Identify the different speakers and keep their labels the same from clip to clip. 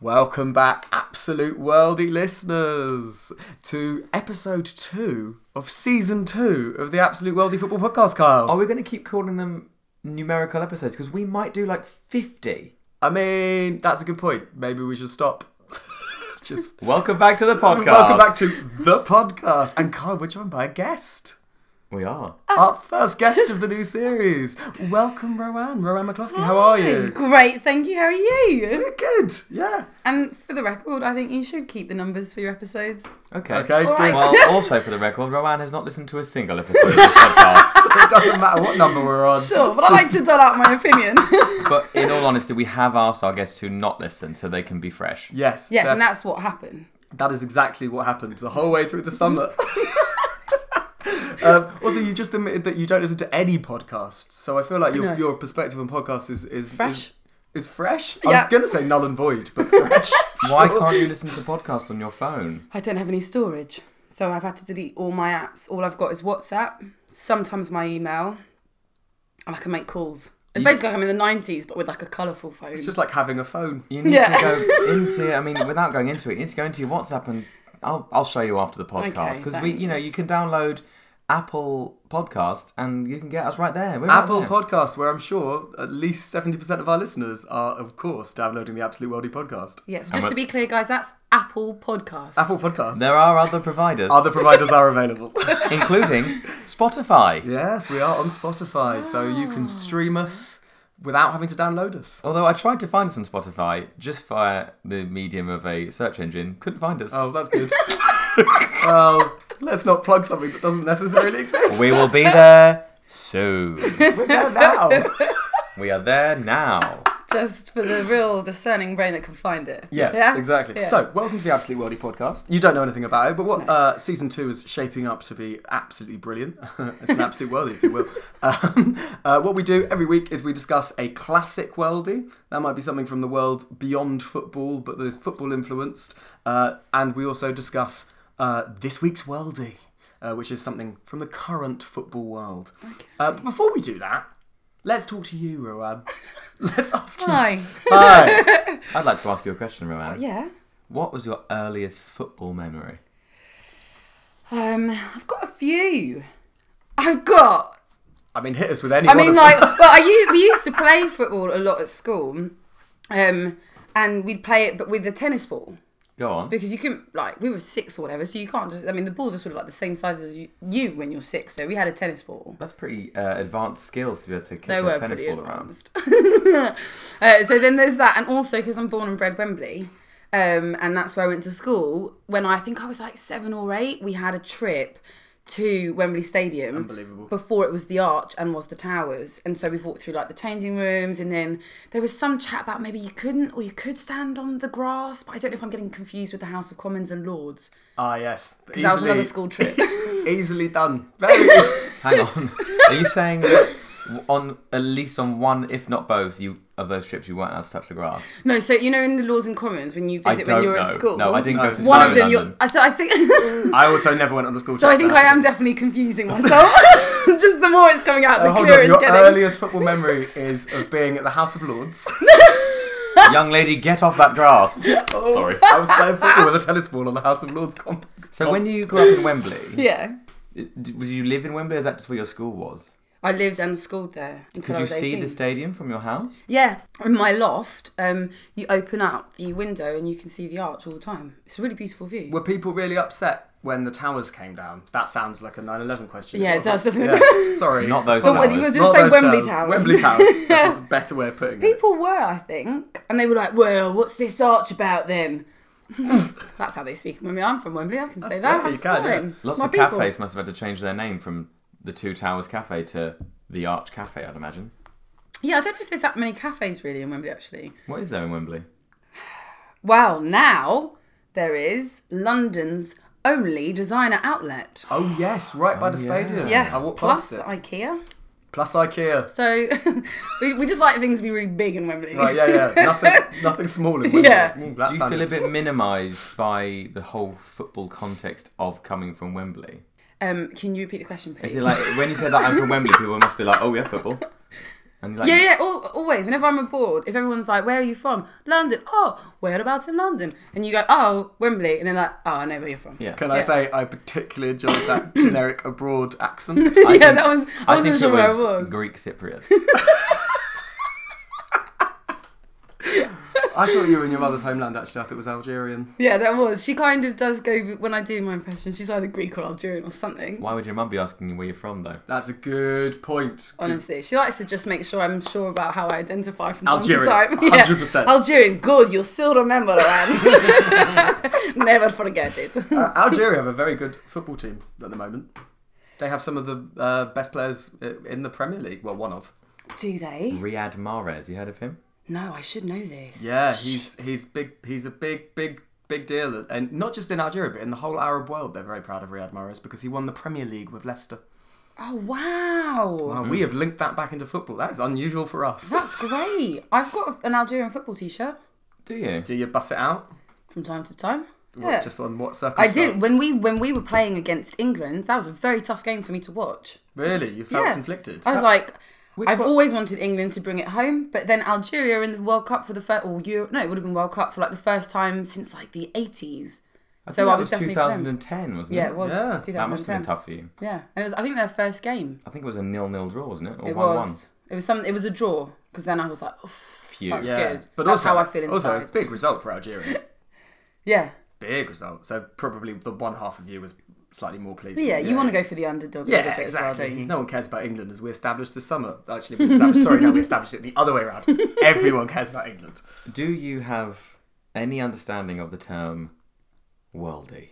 Speaker 1: Welcome back, absolute worldy listeners, to episode two of season two of the Absolute Worldy Football Podcast, Kyle.
Speaker 2: Are we going to keep calling them numerical episodes? Because we might do like 50.
Speaker 1: I mean, that's a good point. Maybe we should stop. Just
Speaker 2: Welcome back to the podcast.
Speaker 1: welcome back to the podcast. And Kyle, we're joined by a guest.
Speaker 2: We are.
Speaker 3: Ah.
Speaker 1: Our first guest of the new series. Welcome, Rowan. Rowan McCloskey, how are you?
Speaker 3: Great, thank you. How are you?
Speaker 1: Good, yeah.
Speaker 3: And for the record, I think you should keep the numbers for your episodes.
Speaker 2: Okay.
Speaker 1: Okay,
Speaker 3: All right.
Speaker 2: Well, also for the record, Rowan has not listened to a single episode of this podcast.
Speaker 1: it doesn't matter what number we're on.
Speaker 3: Sure, but I like to dole out my opinion.
Speaker 2: But in all honesty, we have asked our guests to not listen so they can be fresh.
Speaker 1: Yes,
Speaker 3: yes,
Speaker 1: they're
Speaker 3: and that's what happened.
Speaker 1: That is exactly what happened the whole way through the summer. um, also, you just admitted that you don't listen to any podcasts, so I feel like your,
Speaker 3: No.
Speaker 1: your perspective on podcasts is is
Speaker 3: Fresh.
Speaker 1: Is, is fresh. I
Speaker 3: Yeah.
Speaker 1: was going to say null and void, but fresh.
Speaker 2: Why can't you listen to podcasts on your phone?
Speaker 3: I don't have any storage, so I've had to delete all my apps. All I've got is WhatsApp, sometimes my email, and I can make calls. It's basically like I'm in the 90s, but with like a colourful phone.
Speaker 1: it's just like having a phone.
Speaker 2: You need
Speaker 3: Yeah.
Speaker 2: to go into. I mean, without going into it, you need to go into your WhatsApp and I'll I'll show you after the podcast
Speaker 3: Okay,
Speaker 2: because we, you know, you
Speaker 3: thanks.
Speaker 2: can download Apple Podcasts and you can get us right there. We're right
Speaker 1: Apple
Speaker 2: there.
Speaker 1: Podcasts, where I'm sure at least 70% of our listeners are, of course, downloading the Absolute Worldy podcast.
Speaker 3: yeah, so just
Speaker 2: what-
Speaker 3: to be clear, guys, that's Apple Podcast.
Speaker 1: Apple Podcasts.
Speaker 2: There are other providers,
Speaker 1: Other providers are available.
Speaker 2: including Spotify.
Speaker 1: yes, we are on Spotify, so you can stream us without having to download us.
Speaker 2: Although I tried to find us on Spotify just via the medium of a search engine, couldn't find us.
Speaker 1: Oh, that's good. well, let's not plug something that doesn't necessarily exist.
Speaker 2: We will be there soon.
Speaker 1: We're there now.
Speaker 2: we are there now.
Speaker 3: Just for the real discerning brain that can find it.
Speaker 1: Yes,
Speaker 3: Yeah?
Speaker 1: exactly.
Speaker 3: Yeah.
Speaker 1: So, welcome to the Absolute Worldy podcast. You don't know anything about it, but what uh, season two is shaping up to be absolutely brilliant. it's an absolute worldie, if you will. Um, uh, what we do every week is we discuss a classic worldie. That might be something from the world beyond football, but that is football influenced. Uh, and we also discuss uh, this week's worldie, uh, which is something from the current football world. Uh, but before we do that, let's talk to you, Roab. Let's ask you.
Speaker 3: Hi.
Speaker 1: Hi.
Speaker 2: I'd like to ask you a question, Rowan.
Speaker 3: Yeah.
Speaker 2: What was your earliest football memory?
Speaker 3: Um, I've got a few. I've got
Speaker 1: I mean, hit us with any
Speaker 3: I
Speaker 1: one
Speaker 3: mean,
Speaker 1: of
Speaker 3: like, well, I used, we used to play football a lot at school, um, and we'd play it, but with a tennis ball
Speaker 2: Go on.
Speaker 3: because you couldn't, like, we were six or whatever, so you can't. just I mean, the balls are sort of like the same size as you, you when you're six, so we had a tennis ball.
Speaker 2: That's pretty uh, advanced skills to be able to kick
Speaker 3: They
Speaker 2: a
Speaker 3: were
Speaker 2: tennis
Speaker 3: pretty
Speaker 2: ball
Speaker 3: advanced. uh, so then there's that, and also because I'm born and bred Wembley, um, and that's where I went to school. When I think I was like seven or eight, we had a trip to Wembley Stadium.
Speaker 1: Unbelievable.
Speaker 3: Before it was the Arch and was the Towers, and so we've walked through like the changing rooms, and then there was some chat about maybe you couldn't or you could stand on the grass, but I don't know if I'm getting confused with the House of Commons and Lords.
Speaker 1: Ah, yes. Easily,
Speaker 3: That was another school trip.
Speaker 1: Easily done. Very
Speaker 2: around. Hang on. are you saying that on at least on one, if not both, you of those trips you weren't allowed to touch the grass?
Speaker 3: no, so you know in the Lords and Commons when you
Speaker 2: I
Speaker 3: visit
Speaker 2: don't
Speaker 3: when you're
Speaker 2: know.
Speaker 3: at school.
Speaker 2: No, I didn't
Speaker 1: No.
Speaker 2: go to school
Speaker 3: One of
Speaker 2: in
Speaker 3: them, you're.
Speaker 2: London.
Speaker 3: uh, So I think.
Speaker 1: I also never went on a school trip.
Speaker 3: So I think I am definitely confusing myself. Just the more it's coming out, the
Speaker 1: Oh, hold
Speaker 3: clearer
Speaker 1: on.
Speaker 3: it's
Speaker 1: Your
Speaker 3: getting.
Speaker 1: earliest football memory is of being at the House of Lords.
Speaker 2: Young lady, get off that grass. Sorry.
Speaker 1: I was playing football with a tennis ball on the House of Lords. Com-
Speaker 2: So when you grew up in Wembley,
Speaker 3: Yeah.
Speaker 2: D- Was you live in Wembley? Or is that just where your school was?
Speaker 3: I lived and schooled there
Speaker 2: Could
Speaker 3: until I
Speaker 2: you
Speaker 3: was
Speaker 2: see
Speaker 3: 18.
Speaker 2: the stadium from your house?
Speaker 3: yeah, in my loft, um, you open up the window and you can see the arch all the time. It's a really beautiful view.
Speaker 1: Were people really upset when the towers came down? That sounds like a 9 11 question.
Speaker 3: Yeah, it does, doesn't it?
Speaker 1: Yeah, sorry.
Speaker 2: Not those
Speaker 3: But
Speaker 2: towers.
Speaker 3: what- Oh, you were
Speaker 1: Not
Speaker 3: just say
Speaker 1: those
Speaker 3: Wembley Towers.
Speaker 1: Wembley Towers. That's a better way of putting it.
Speaker 3: People were, I think, and they were like, "Well, what's this arch about then?" That's how they speak. I mean, I'm from Wembley. I can say
Speaker 1: That's
Speaker 3: that.
Speaker 1: right, you
Speaker 3: That's
Speaker 1: can, yeah.
Speaker 3: fine.
Speaker 2: Lots
Speaker 3: My
Speaker 2: of
Speaker 3: people.
Speaker 2: cafes must have had to change their name from the Two Towers Cafe to the Arch Cafe, I'd imagine.
Speaker 3: Yeah, I don't know if there's that many cafes really in Wembley actually.
Speaker 2: What is there in Wembley?
Speaker 3: Well, now there is London's only designer outlet.
Speaker 1: Oh, yes, right by the
Speaker 2: yeah.
Speaker 1: stadium.
Speaker 3: Yes,
Speaker 1: I walked
Speaker 3: plus
Speaker 1: past it.
Speaker 3: IKEA.
Speaker 1: Plus IKEA.
Speaker 3: So we, we just like things to be really big in Wembley.
Speaker 1: Right, yeah, yeah. Nothing, nothing small in Wembley.
Speaker 3: Yeah.
Speaker 1: Mm, that
Speaker 2: Do you
Speaker 1: sounded-
Speaker 2: feel a bit minimised by the whole football context of coming from Wembley?
Speaker 3: Um, can you repeat the question, please?
Speaker 2: Is it like when you say that I'm from Wembley, people must be like, "Oh yeah, football." And you're like,
Speaker 3: yeah, yeah, al- always. Whenever I'm abroad, if everyone's like, "Where are you from?" London. Oh, whereabouts in London? And you go, "Oh, Wembley," and they're like, "Oh, I know where you're from."
Speaker 2: yeah.
Speaker 1: Can I
Speaker 3: Yeah.
Speaker 1: say I particularly enjoyed that generic abroad accent?
Speaker 3: yeah,
Speaker 2: think-
Speaker 3: that was. I,
Speaker 2: think
Speaker 3: wasn't
Speaker 2: it
Speaker 3: sure where I
Speaker 2: was
Speaker 3: was.
Speaker 2: Greek Cypriot.
Speaker 1: I thought you were in your mother's homeland. Actually, I thought it was Algerian.
Speaker 3: Yeah, that was. She kind of does go when I do my impression. She's either Greek or Algerian or something.
Speaker 2: Why would your mum be asking you where you're from though?
Speaker 1: That's a good point. 'cause
Speaker 3: Honestly, she likes to just make sure I'm sure about how I identify from
Speaker 1: Algerian,
Speaker 3: time to time.
Speaker 1: 100%.
Speaker 3: Algerian, good. You'll still remember that. Never forget it.
Speaker 1: uh, Algeria have a very good football team at the moment. They have some of the uh, best players i- in the Premier League. Well, one of.
Speaker 3: Do they?
Speaker 2: Riyad Mahrez, you heard of him?
Speaker 3: No, I should know this.
Speaker 1: Yeah, he's he's big. He's a big, big, big deal, and not just in Algeria, but in the whole Arab world. They're very proud of Riyad Mahrez because he won the Premier League with Leicester.
Speaker 3: Oh wow.
Speaker 1: Wow, we have linked that back into football. That is unusual for us.
Speaker 3: That's great. I've got an Algerian football T-shirt
Speaker 2: Do you?
Speaker 1: Do you bust it out?
Speaker 3: from time to time.
Speaker 1: What-
Speaker 3: Yeah.
Speaker 1: Just on what
Speaker 3: I
Speaker 1: circumstance?
Speaker 3: did when we when we were playing against England. That was a very tough game for me to watch.
Speaker 1: Really, you felt
Speaker 3: Yeah.
Speaker 1: conflicted.
Speaker 3: I was like, I've
Speaker 2: one-
Speaker 3: always wanted England to bring it home, but then Algeria in the World Cup for the first, or Euro, no, it would have been World Cup for like the first time since like the 80s. so
Speaker 2: think
Speaker 3: I
Speaker 2: that
Speaker 3: was, definitely for them.
Speaker 2: 2010, wasn't
Speaker 3: Yeah,
Speaker 2: it?
Speaker 3: it was
Speaker 1: Yeah. That must
Speaker 2: That must have been
Speaker 3: 2010.
Speaker 2: tough for you.
Speaker 3: Yeah, and it was I think their first game.
Speaker 2: I think it was a nil-nil draw, wasn't it? Or
Speaker 3: It
Speaker 2: one-one.
Speaker 3: was. It was some. It was a draw because then I was like, "Oof,
Speaker 2: Phew.
Speaker 3: that's
Speaker 1: yeah,
Speaker 3: good. that's
Speaker 1: also,
Speaker 3: how I feel inside.
Speaker 1: Also, big result for Algeria.
Speaker 3: yeah.
Speaker 1: big result. So probably the one half of you was slightly more pleased.
Speaker 3: But yeah, you want to go for the underdog. a little
Speaker 1: Yeah,
Speaker 3: bit As well,
Speaker 1: exactly.
Speaker 3: don't you?
Speaker 1: No one cares about England as we established this summer. Actually, we established, sorry, no, we established it the other way around. Everyone cares about England.
Speaker 2: Do you have any understanding of the term worldy?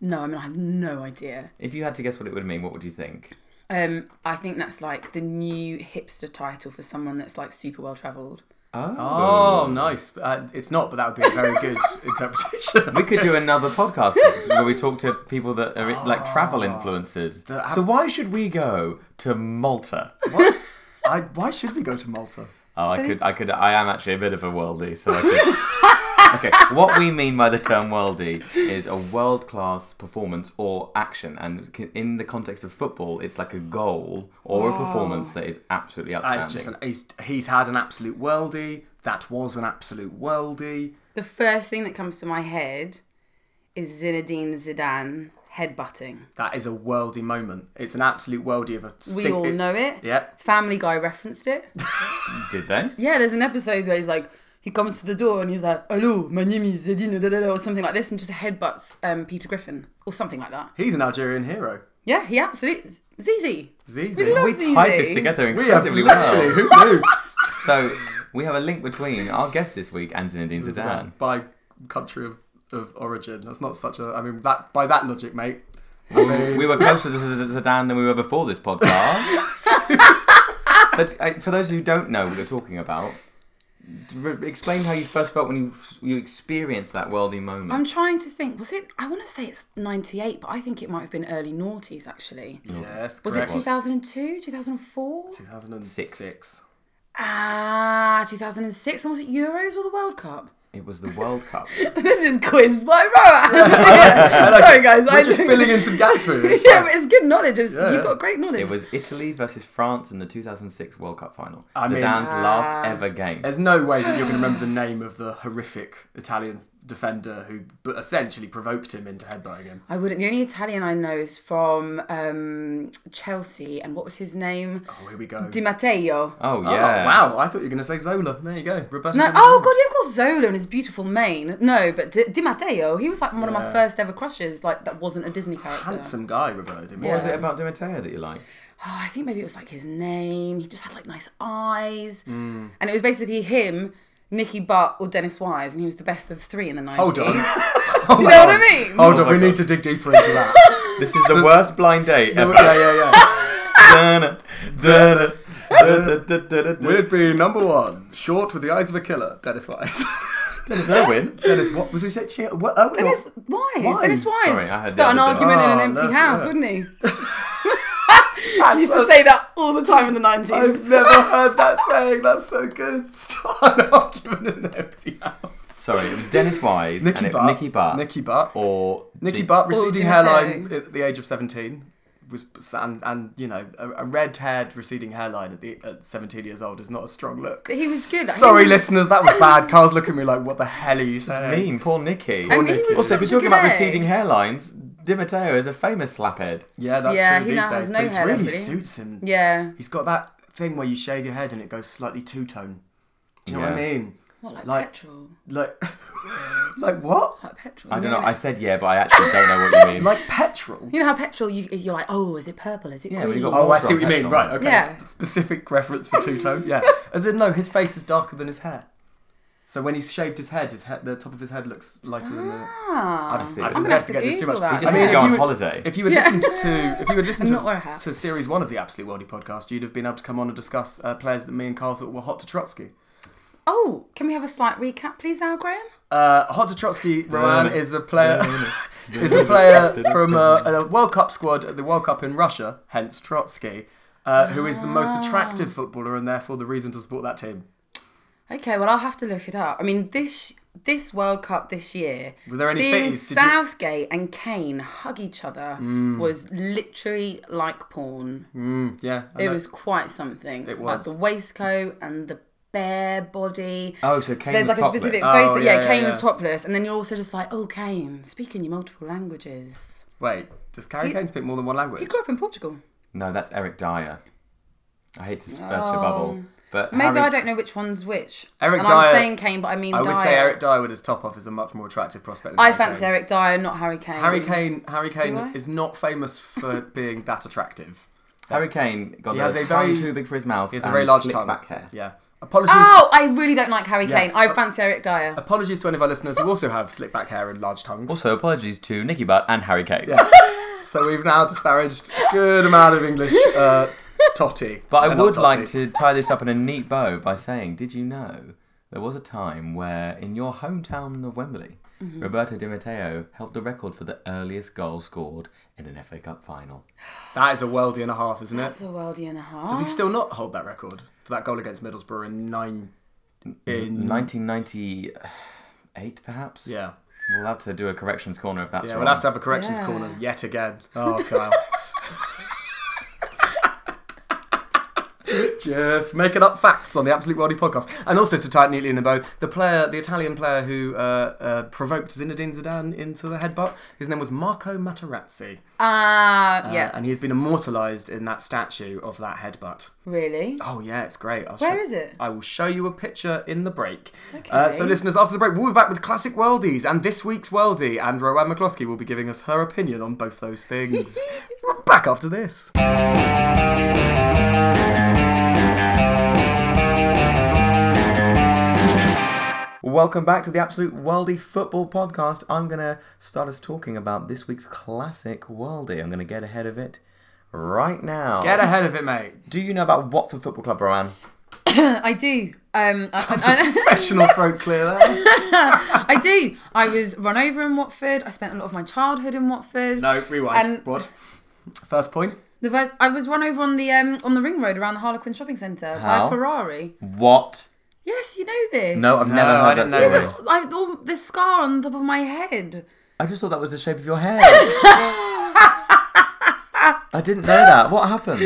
Speaker 3: No, I mean I have no idea.
Speaker 2: If you had to guess what it would mean, what would you think?
Speaker 3: Um, I think that's like the new hipster title for someone that's like super well travelled.
Speaker 1: Oh, nice. Uh, it's not, but that would be a very good interpretation.
Speaker 2: We could do another podcast where we talk to people that are like travel influencers.
Speaker 1: Oh. The-
Speaker 2: So why should we go to Malta?
Speaker 1: What? I, why should we go to Malta?
Speaker 2: Oh, I could, I could, I am actually a bit of a worldie, so I could. okay, what we mean by the term worldie is a world class performance or action, and c- in the context of football, it's like a goal or a performance that is absolutely outstanding.
Speaker 1: That's Ah, just an, he's, he's had an absolute worldie. That was an absolute worldie.
Speaker 3: The first thing that comes to my head is Zinedine Zidane headbutting.
Speaker 1: That is a worldie moment. It's an absolute worldie of a.
Speaker 3: We
Speaker 1: Stink-
Speaker 3: all
Speaker 1: it's-
Speaker 3: know it.
Speaker 1: Yeah,
Speaker 3: Family Guy referenced it.
Speaker 2: Did they?
Speaker 3: Yeah, there's an episode where he's like, he comes to the door and he's like, "Hello, my name is Zidane," da, da, da, or something like this, and just headbutts um, Peter Griffin or something like that.
Speaker 1: he's an Algerian hero.
Speaker 3: Yeah, he absolutely ZZ.
Speaker 1: Zizi.
Speaker 3: love
Speaker 2: We
Speaker 3: Zizi.
Speaker 2: tied this together
Speaker 1: We have
Speaker 2: incredibly
Speaker 1: literally,
Speaker 2: well.
Speaker 1: who knew?
Speaker 2: So we have a link between our guest this week and Zinedine Zidane.
Speaker 1: By country of, of origin. That's not such a. I mean, that by that logic, mate. I mean,
Speaker 2: We were closer to Zidane than we were before this podcast. so, I, for those who don't know what you're talking about, re- explain how you first felt when you you experienced that worldly moment.
Speaker 3: I'm trying to think. Was it? I want to say it's 98, but I think it might have been early noughties actually.
Speaker 1: yes,
Speaker 3: Was it
Speaker 1: correct.
Speaker 3: 2002, 2004?
Speaker 1: 2006?
Speaker 3: Ah, 2006. And was it Euros or the World Cup?
Speaker 2: It was the World Cup.
Speaker 3: This is quiz by Rowan. Yeah. Sorry, guys.
Speaker 1: We're just filling in some gaps with this.
Speaker 3: Yeah, but it's good knowledge. It's,
Speaker 1: Yeah.
Speaker 3: You've got great knowledge.
Speaker 2: It was Italy versus France in the 2006 World Cup final.
Speaker 1: I mean-
Speaker 2: Zidane's last ever game.
Speaker 1: There's no way that you're going to remember the name of the horrific Italian defender who b- essentially provoked him into headbutting him.
Speaker 3: I wouldn't. The only Italian I know is from um, Chelsea, and what was his name?
Speaker 1: Oh, here we go.
Speaker 3: Di Matteo.
Speaker 2: Oh
Speaker 1: Oh,
Speaker 2: yeah!
Speaker 1: wow, I thought you were going to say Zola. There you go, Roberto.
Speaker 3: No,
Speaker 1: Di Matteo.
Speaker 3: oh god, yeah, of course, Zola and his beautiful mane. No, but Di, Di Matteo, he was like one of my
Speaker 1: Yeah.
Speaker 3: first ever crushes. Like that wasn't a Disney character.
Speaker 1: Handsome guy, Roberto. Di
Speaker 2: What was
Speaker 1: Matteo.
Speaker 2: it about Di Matteo that you liked?
Speaker 3: Oh, I think maybe it was like his name. He just had like nice eyes,
Speaker 1: Hmm.
Speaker 3: and it was basically him, Nicky Butt, or Dennis Wise, and he was the best of three in the nineties.
Speaker 1: Hold
Speaker 3: Do
Speaker 1: on.
Speaker 3: you know
Speaker 1: Hold on.
Speaker 3: what I mean?
Speaker 1: Hold
Speaker 2: Oh
Speaker 1: on,
Speaker 2: my
Speaker 1: we
Speaker 2: God.
Speaker 1: need to dig deeper into that.
Speaker 2: This is the worst blind date
Speaker 1: yeah,
Speaker 2: ever.
Speaker 1: yeah, yeah.
Speaker 2: Dun-dun, dun-dun, dun-dun, dun-dun, dun-dun.
Speaker 1: Would be number one, short with the eyes of a killer, Dennis Wise.
Speaker 2: Dennis Irwin.
Speaker 1: Dennis, what was he saying? She- What, oh,
Speaker 3: Dennis Wise.
Speaker 1: Wise.
Speaker 3: Dennis Wise.
Speaker 2: Sorry, I had
Speaker 3: Start an
Speaker 2: the other
Speaker 3: argument in an
Speaker 1: Oh,
Speaker 3: empty
Speaker 1: that's-
Speaker 3: house,
Speaker 1: yeah.
Speaker 3: wouldn't he?
Speaker 1: I
Speaker 3: used to say that all the time in the 90s.
Speaker 1: I've never heard that saying. That's so good. Start an argument in an empty house.
Speaker 2: Sorry, it was Dennis Wise.
Speaker 1: Nikki
Speaker 2: and it,
Speaker 1: Butt.
Speaker 2: Nicky Butt.
Speaker 1: Nicky Butt.
Speaker 2: Or
Speaker 1: Nicky
Speaker 2: G-
Speaker 1: Butt, receding
Speaker 3: Di
Speaker 1: hairline
Speaker 3: Matteo.
Speaker 1: at the age of 17. was and, and you know a, a red-haired receding hairline at, the, at 17 years old is not a strong look.
Speaker 3: But he was good. I
Speaker 1: Sorry,
Speaker 3: think-
Speaker 1: listeners, that was bad. Carl's looking at me like, what the hell are you
Speaker 2: That's
Speaker 1: saying?
Speaker 2: mean, poor Nikki.
Speaker 3: Um, I mean, he was
Speaker 2: also, if
Speaker 3: such
Speaker 2: we're
Speaker 3: a
Speaker 2: talking
Speaker 3: good
Speaker 2: about
Speaker 3: egg.
Speaker 2: receding hairlines, Di Matteo is a famous slaphead.
Speaker 1: Yeah, that's
Speaker 3: Yeah,
Speaker 1: true
Speaker 3: he
Speaker 1: these
Speaker 3: now
Speaker 1: days.
Speaker 3: has no
Speaker 1: but it
Speaker 3: hair,
Speaker 1: really
Speaker 3: doesn't he?
Speaker 1: suits him.
Speaker 3: Yeah.
Speaker 1: He's got that thing where you shave your head and it goes slightly two-tone. Do you know what I
Speaker 2: Yeah.
Speaker 1: mean?
Speaker 3: What like,
Speaker 1: Like-
Speaker 3: petrol?
Speaker 1: Like, like what?
Speaker 3: Like petrol.
Speaker 2: I
Speaker 3: you
Speaker 2: don't know.
Speaker 3: it?
Speaker 2: I said yeah, but I actually don't know what you mean.
Speaker 1: Like petrol?
Speaker 3: You know how petrol you is you're like, oh, is it purple? Is it
Speaker 2: Yeah,
Speaker 3: green?
Speaker 2: well, you got
Speaker 1: Oh, I
Speaker 2: water
Speaker 1: see
Speaker 2: on
Speaker 1: what you mean.
Speaker 2: petrol.
Speaker 1: Right, okay.
Speaker 3: Yeah.
Speaker 1: Specific reference for two tone. Yeah. As in, no, his face is darker than his hair. So when he's shaved his head, his head, the top of his head looks lighter than the.
Speaker 3: Ah,
Speaker 1: I've-
Speaker 2: see.
Speaker 1: I've
Speaker 2: I'm
Speaker 3: gonna have to
Speaker 1: investigated this too
Speaker 3: Google
Speaker 1: much.
Speaker 3: that.
Speaker 2: He just
Speaker 1: I
Speaker 2: needs
Speaker 1: mean,
Speaker 2: to go
Speaker 1: if
Speaker 2: on
Speaker 1: you would-
Speaker 2: holiday.
Speaker 1: If you had
Speaker 3: Yeah.
Speaker 1: listened to, if you had listened
Speaker 3: And not wear a
Speaker 1: to,
Speaker 3: hat.
Speaker 1: to series one of the Absolute Worldy podcast, you'd have been able to come on and discuss uh, players that me and Carl thought were hot to Trotsky.
Speaker 3: Oh, can we have a slight recap, please, Al Graham?
Speaker 1: Uh, hot to Trotsky, Roman is a player is a player from uh, a World Cup squad at the World Cup in Russia, hence Trotsky, uh, who is the most
Speaker 3: Ah.
Speaker 1: attractive footballer and therefore the reason to support that team.
Speaker 3: Okay, well I'll have to look it up. I mean this this World Cup this year,
Speaker 1: Were there any
Speaker 3: seeing
Speaker 1: fitties? Did you-
Speaker 3: Southgate and Kane hug each other
Speaker 2: Mm.
Speaker 3: was literally like porn.
Speaker 1: Yeah, I
Speaker 3: It
Speaker 1: know.
Speaker 3: was quite something.
Speaker 1: It
Speaker 3: like
Speaker 1: was. Uh,
Speaker 3: the waistcoat and the bare body.
Speaker 2: Oh, so Kane
Speaker 3: There's
Speaker 2: was
Speaker 3: like a
Speaker 2: topless.
Speaker 3: specific
Speaker 1: Oh,
Speaker 3: photo. yeah,
Speaker 1: yeah, yeah,
Speaker 3: Kane
Speaker 1: yeah.
Speaker 3: was topless, and then you're also just like, oh, Kane, speaking your multiple languages.
Speaker 1: Wait, does Carrie Kane speak more than one
Speaker 3: He
Speaker 1: language?
Speaker 3: grew up in Portugal.
Speaker 2: No, that's Eric Dyer. I hate to burst your bubble, but
Speaker 3: Oh. Maybe
Speaker 2: Harry-
Speaker 3: I don't know which one's which.
Speaker 1: Eric
Speaker 3: and
Speaker 1: Dyer-
Speaker 3: I'm saying Kane, but I mean
Speaker 1: I would
Speaker 3: Dyer.
Speaker 1: say Eric Dyer with his top off is a much more attractive prospect. Than
Speaker 3: I
Speaker 1: Harry
Speaker 3: fancy
Speaker 1: Kane.
Speaker 3: Eric Dyer, not Harry Kane.
Speaker 1: Harry Kane. Harry Kane
Speaker 3: I?
Speaker 1: is not famous for being that attractive.
Speaker 2: Harry Kane got
Speaker 1: He
Speaker 2: a,
Speaker 1: has a
Speaker 2: tongue
Speaker 1: very-
Speaker 2: too big for his mouth.
Speaker 1: He has a
Speaker 2: and
Speaker 1: very large
Speaker 2: slick
Speaker 1: tongue.
Speaker 2: back hair.
Speaker 1: Yeah. Apologies.
Speaker 3: Oh, I really don't like Harry
Speaker 1: Yeah.
Speaker 3: Kane. I fancy Eric Dyer.
Speaker 1: Apologies to any of our listeners who also have slick back hair and large tongues.
Speaker 2: Also, apologies to Nicky Butt and Harry Kane.
Speaker 1: Yeah. so we've now disparaged a good amount of English uh, totty.
Speaker 2: But I
Speaker 1: They're not
Speaker 2: would
Speaker 1: totty.
Speaker 2: like to tie this up in a neat bow by saying, did you know there was a time where in your hometown of Wembley,
Speaker 1: Mm-hmm.
Speaker 2: Roberto Di Matteo held the record for the earliest goal scored in an FA Cup final.
Speaker 1: That is a worldie and a half, isn't
Speaker 3: That's
Speaker 1: it?
Speaker 3: a worldie and a half.
Speaker 1: Does he still not hold that record for that goal against Middlesbrough in nine? In
Speaker 2: 1998, perhaps?
Speaker 1: yeah.
Speaker 2: We'll have to do a corrections corner if that's
Speaker 1: Yeah,
Speaker 2: wrong.
Speaker 1: we'll have to have a corrections
Speaker 3: Yeah.
Speaker 1: corner yet again. Oh, Kyle. Just making up facts on the Absolute Worldie podcast. And also to tie it neatly in a bow, the player, the Italian player who uh, uh, provoked Zinedine Zidane into the headbutt, his name was Marco Materazzi.
Speaker 3: Ah,
Speaker 1: Uh,
Speaker 3: yeah.
Speaker 1: And he's been immortalised in that statue of that headbutt.
Speaker 3: really?
Speaker 1: Oh, yeah, it's great. I'll
Speaker 3: Where
Speaker 1: show-
Speaker 3: is it?
Speaker 1: I will show you a picture in the break. Uh, so, listeners, after the break, we'll be back with classic worldies and this week's worldie, and Rowan McCloskey will be giving us her opinion on both those things. We're back after this.
Speaker 2: Welcome back to the Absolute Worldy Football Podcast. I'm going to start us talking about this week's classic Worldy. I'm going to get ahead of it right now.
Speaker 1: Get ahead of it, mate.
Speaker 2: Do you know about Watford Football Club, Rowan?
Speaker 3: Uh, I do. Um, I, I-
Speaker 1: Professional throat clear there.
Speaker 3: I do. I was run over in Watford. I spent a lot of my childhood in Watford.
Speaker 1: No, rewind.
Speaker 3: And-
Speaker 1: what? First point.
Speaker 3: The first, I was run over on the um, on the ring road around the Harlequin Shopping Centre by
Speaker 2: How?
Speaker 3: a Ferrari.
Speaker 2: What?
Speaker 3: Yes, you know this.
Speaker 2: No, I've
Speaker 1: No,
Speaker 2: never
Speaker 1: I
Speaker 2: heard
Speaker 1: didn't
Speaker 2: that
Speaker 1: know
Speaker 2: story.
Speaker 1: this.
Speaker 3: I all the scar on the top of my head.
Speaker 2: I just thought that was the shape of your hair. I didn't know that. What happened?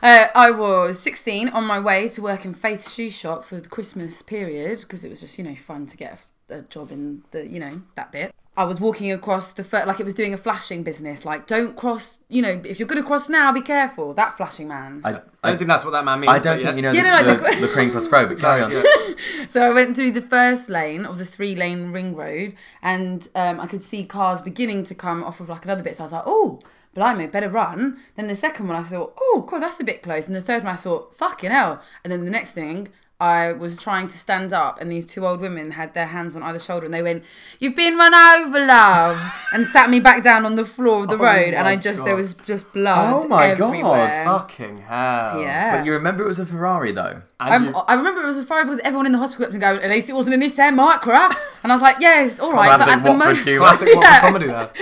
Speaker 3: Uh, I was 16 on my way to work in Faith's shoe shop for the Christmas period because it was just, you know, fun to get a, a job in the, you know, that bit. I was walking across the, fir- like it was doing a flashing business, like don't cross, you know, if you're going to cross now, be careful. That flashing man.
Speaker 2: I,
Speaker 1: I
Speaker 2: I,
Speaker 1: don't think that's what that man means.
Speaker 2: I don't
Speaker 1: but
Speaker 2: think
Speaker 1: yeah.
Speaker 2: you know
Speaker 3: Yeah,
Speaker 2: the,
Speaker 3: no, no,
Speaker 2: the,
Speaker 3: the-
Speaker 2: the Crane Cross Road, but carry on.
Speaker 1: Yeah.
Speaker 3: So I went through the first lane of the three lane ring road and um, I could see cars beginning to come off of like another bit. So I was like, oh, blimey, better run. Then the second one, I thought, oh, God, that's a bit close. And the third one, I thought, fucking hell. And then the next thing, I was trying to stand up and these two old women had their hands on either shoulder and they went, you've been run over, love. and sat me back down on the floor of the
Speaker 1: Oh
Speaker 3: road. And
Speaker 1: my
Speaker 3: I just,
Speaker 1: God.
Speaker 3: there was just blood
Speaker 2: Oh my God. Oh.
Speaker 3: everywhere.
Speaker 1: Fucking hell.
Speaker 3: Yeah.
Speaker 2: But you remember it was a Ferrari, though.
Speaker 1: And
Speaker 3: I'm-
Speaker 1: you,
Speaker 3: I remember it was a Friday because everyone in the hospital kept on going, at least it wasn't an Nissan Micra. And I was like, yes, all right.
Speaker 2: Classic
Speaker 3: but at
Speaker 2: Watford
Speaker 3: the
Speaker 2: humour.
Speaker 1: classic Watford comedy there.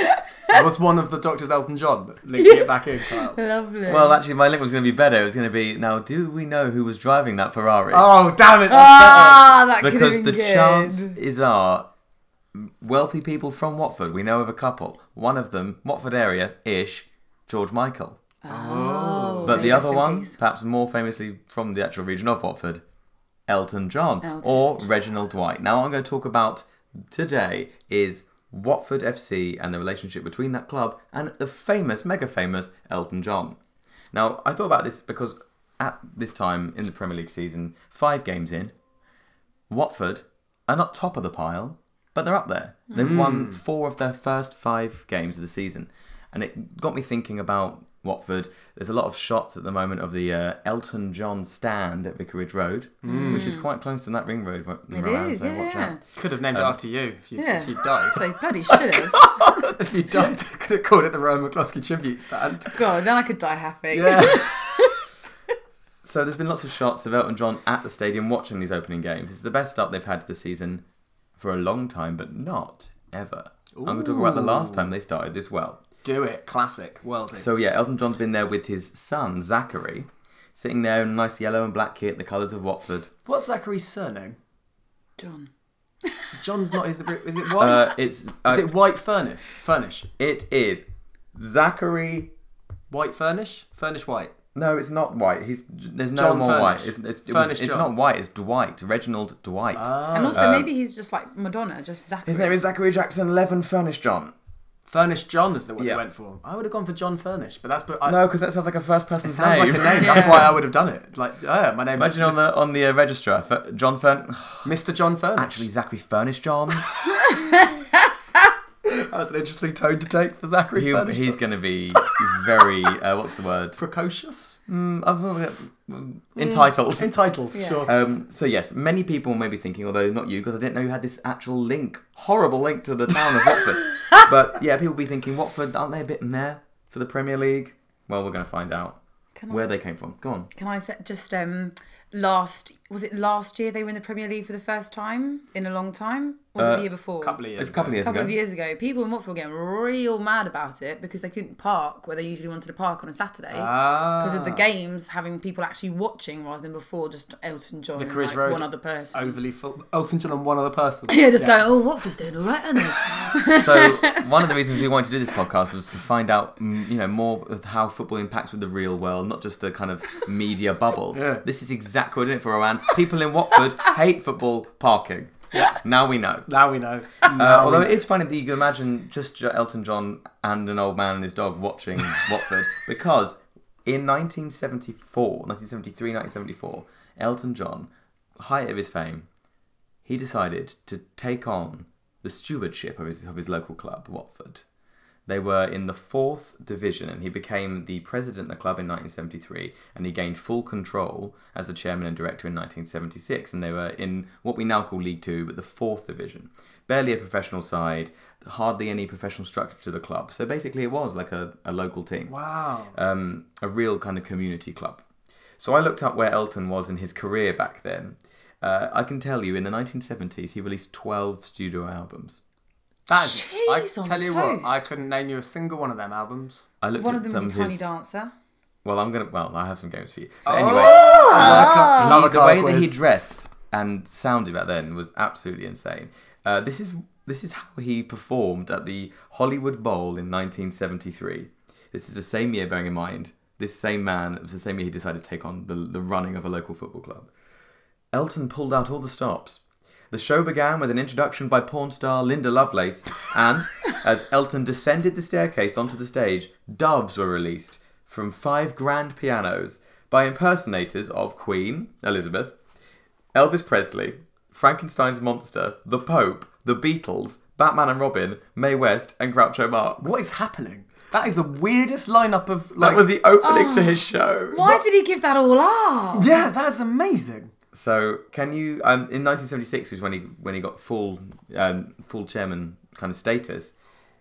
Speaker 1: That was one of the Doctors Elton John linking it back in. Kyle.
Speaker 3: moment. Lovely.
Speaker 2: Well, actually, my link was going to be better. It was going to be now. Do we know who was driving that Ferrari?
Speaker 1: Oh damn it! That's
Speaker 3: ah, that could
Speaker 2: because
Speaker 3: have been
Speaker 2: the
Speaker 3: good.
Speaker 2: chances are wealthy people from Watford. We know of a couple. One of them, Watford area ish, George Michael.
Speaker 3: Oh,
Speaker 2: But
Speaker 3: may
Speaker 2: the
Speaker 3: he rest
Speaker 2: other
Speaker 3: in
Speaker 2: one,
Speaker 3: peace.
Speaker 2: perhaps more famously from the actual region of Watford, Elton John
Speaker 3: Elton
Speaker 2: or Reginald Dwight. Now, what I'm going to talk about today is Watford FC and the relationship between that club and the famous, mega famous Elton John. Now, I thought about this because at this time in the Premier League season, five games in, Watford are not top of the pile, but they're up there. They've won four of their first five games of the season. And it got me thinking about Watford. There's a lot of shots at the moment of the uh, Elton John stand at Vicarage Road, which is quite close to that ring road.
Speaker 3: It is, yeah. yeah.
Speaker 1: Could have named
Speaker 2: Um,
Speaker 1: it after you if you,
Speaker 3: Yeah.
Speaker 1: if you died.
Speaker 3: They bloody should have.
Speaker 1: if you died, they could have called it the Rowan McCloskey tribute stand.
Speaker 3: God, then I could die happy.
Speaker 1: Yeah.
Speaker 2: So there's been lots of shots of Elton John at the stadium watching these opening games. It's the best start they've had this season for a long time, but not ever. I'm going to talk about the last time they started this well.
Speaker 1: Do it. Classic. Well done.
Speaker 2: So yeah, Elton John's been there with his son Zachary, sitting there in a nice yellow and black kit, the colours of Watford.
Speaker 1: What's Zachary's surname?
Speaker 3: John.
Speaker 1: John's not. Is, the, is it White?
Speaker 2: Uh, it's uh,
Speaker 1: is it White Furnace? Furnish.
Speaker 2: it is Zachary.
Speaker 1: White Furnish? Furnish White.
Speaker 2: No, it's not white. He's there's no
Speaker 1: John
Speaker 2: more
Speaker 1: Furnish.
Speaker 2: white. It's, it's, it was-
Speaker 1: Furnish
Speaker 2: it's
Speaker 1: John. Ah.
Speaker 2: not white. It's Dwight. Reginald Dwight.
Speaker 3: And also, maybe he's just like Madonna, just Zachary.
Speaker 2: Um, His name is Zachary Jackson Levin Furnish John.
Speaker 1: Furnish John is the one
Speaker 2: Yeah.
Speaker 1: they went for. I would have gone for John Furnish, but that's. But I,
Speaker 2: No, because that sounds like a first person
Speaker 1: it sounds like a name. That's why I would have done it. Like, yeah, my name's
Speaker 2: Imagine on the on the uh, register, F- John Furn.
Speaker 1: Mr. John Furnish.
Speaker 2: Actually, Zachary Furnish John.
Speaker 1: that was an interesting tone to take for Zachary
Speaker 2: He-
Speaker 1: Furnish.
Speaker 2: he's
Speaker 1: John.
Speaker 2: going to be very uh, what's the word?
Speaker 1: precocious,
Speaker 2: Mm, I've got that- mm, entitled.
Speaker 1: entitled.
Speaker 3: Yeah.
Speaker 1: Sure.
Speaker 2: Um, so yes, many people may be thinking, although not you, because I didn't know you had this actual link, horrible link to the town of Watford. but yeah, people be thinking, Watford aren't they a bit meh for the Premier League? Well, we're going to find out
Speaker 3: Can I-
Speaker 2: where they came from. Go on.
Speaker 3: Can I say, just um last was it last year they were in the Premier League for the first time in a long time? Or was it the year before?
Speaker 1: couple of
Speaker 2: It's
Speaker 1: years.
Speaker 2: a Uh, couple of years
Speaker 3: couple
Speaker 2: ago.
Speaker 3: of years ago, people in Watford were getting real mad about it because they couldn't park where they usually wanted to park on a Saturday
Speaker 1: Ah.
Speaker 3: because of the games having people actually watching rather than before just Elton John and
Speaker 1: Vicarage
Speaker 3: like
Speaker 1: Road. Oh,
Speaker 3: one other person.
Speaker 1: overly full. Elton John and one other person.
Speaker 3: yeah, just going, oh, Watford's doing all right, aren't they?
Speaker 2: so one of the reasons we wanted to do this podcast was to find out, mm, you know, more of how football impacts with the real world, not just the kind of media bubble.
Speaker 1: Yeah.
Speaker 2: This is exactly what we're doing for Iran. People in Watford hate football parking. Yeah. Now we know.
Speaker 1: Now we know.
Speaker 2: Uh,
Speaker 1: Now we
Speaker 2: although
Speaker 1: know.
Speaker 2: it is funny that you can imagine just Jo- Elton John and an old man and his dog watching Watford because in 1974, 1973, 1974, Elton John, height of his fame, he decided to take on the stewardship of his, of his local club, Watford. They were in the fourth division, and he became the president of the club in 1973, and he gained full control as the chairman and director in 1976. And they were in what we now call League Two, but the fourth division. Barely a professional side, hardly any professional structure to the club. So basically, it was like a, a local team
Speaker 1: wow.
Speaker 2: um, a real kind of community club. So I looked up where Elton was in his career back then. Uh, I can tell you, in the 1970s, he released 12 studio albums.
Speaker 1: That is, I
Speaker 3: Jeez, on
Speaker 1: tell you what, I
Speaker 3: toast.
Speaker 1: couldn't name you a single one of them albums.
Speaker 2: I looked
Speaker 3: one
Speaker 2: at
Speaker 3: of them
Speaker 2: some
Speaker 3: would
Speaker 2: of
Speaker 3: be Tiny
Speaker 2: his-
Speaker 3: Dancer.
Speaker 2: Well, I'm gonna. Well, I have some games for you. But anyway,
Speaker 3: Ah.
Speaker 1: Another
Speaker 2: the way
Speaker 1: car
Speaker 2: that he
Speaker 1: quiz.
Speaker 2: dressed and sounded back then was absolutely insane. Uh, this is this is how he performed at the Hollywood Bowl in 1973. This is the same year, bearing in mind, this same man. It was the same year he decided to take on the, the running of a local football club. Elton pulled out all the stops. The show began with an introduction by porn star Linda Lovelace, and as Elton descended the staircase onto the stage, doves were released from five grand pianos by impersonators of Queen, Elizabeth, Elvis Presley, Frankenstein's Monster, The Pope, The Beatles, Batman and Robin, Mae West, and Groucho Marx.
Speaker 1: What is happening? That is the weirdest lineup of like.
Speaker 2: That was the opening
Speaker 1: Oh,
Speaker 2: to his show.
Speaker 3: Why did he give that all up?
Speaker 1: yeah, that's amazing.
Speaker 2: So can you? Um, in 1976 was when he when he got full um, full chairman kind of status.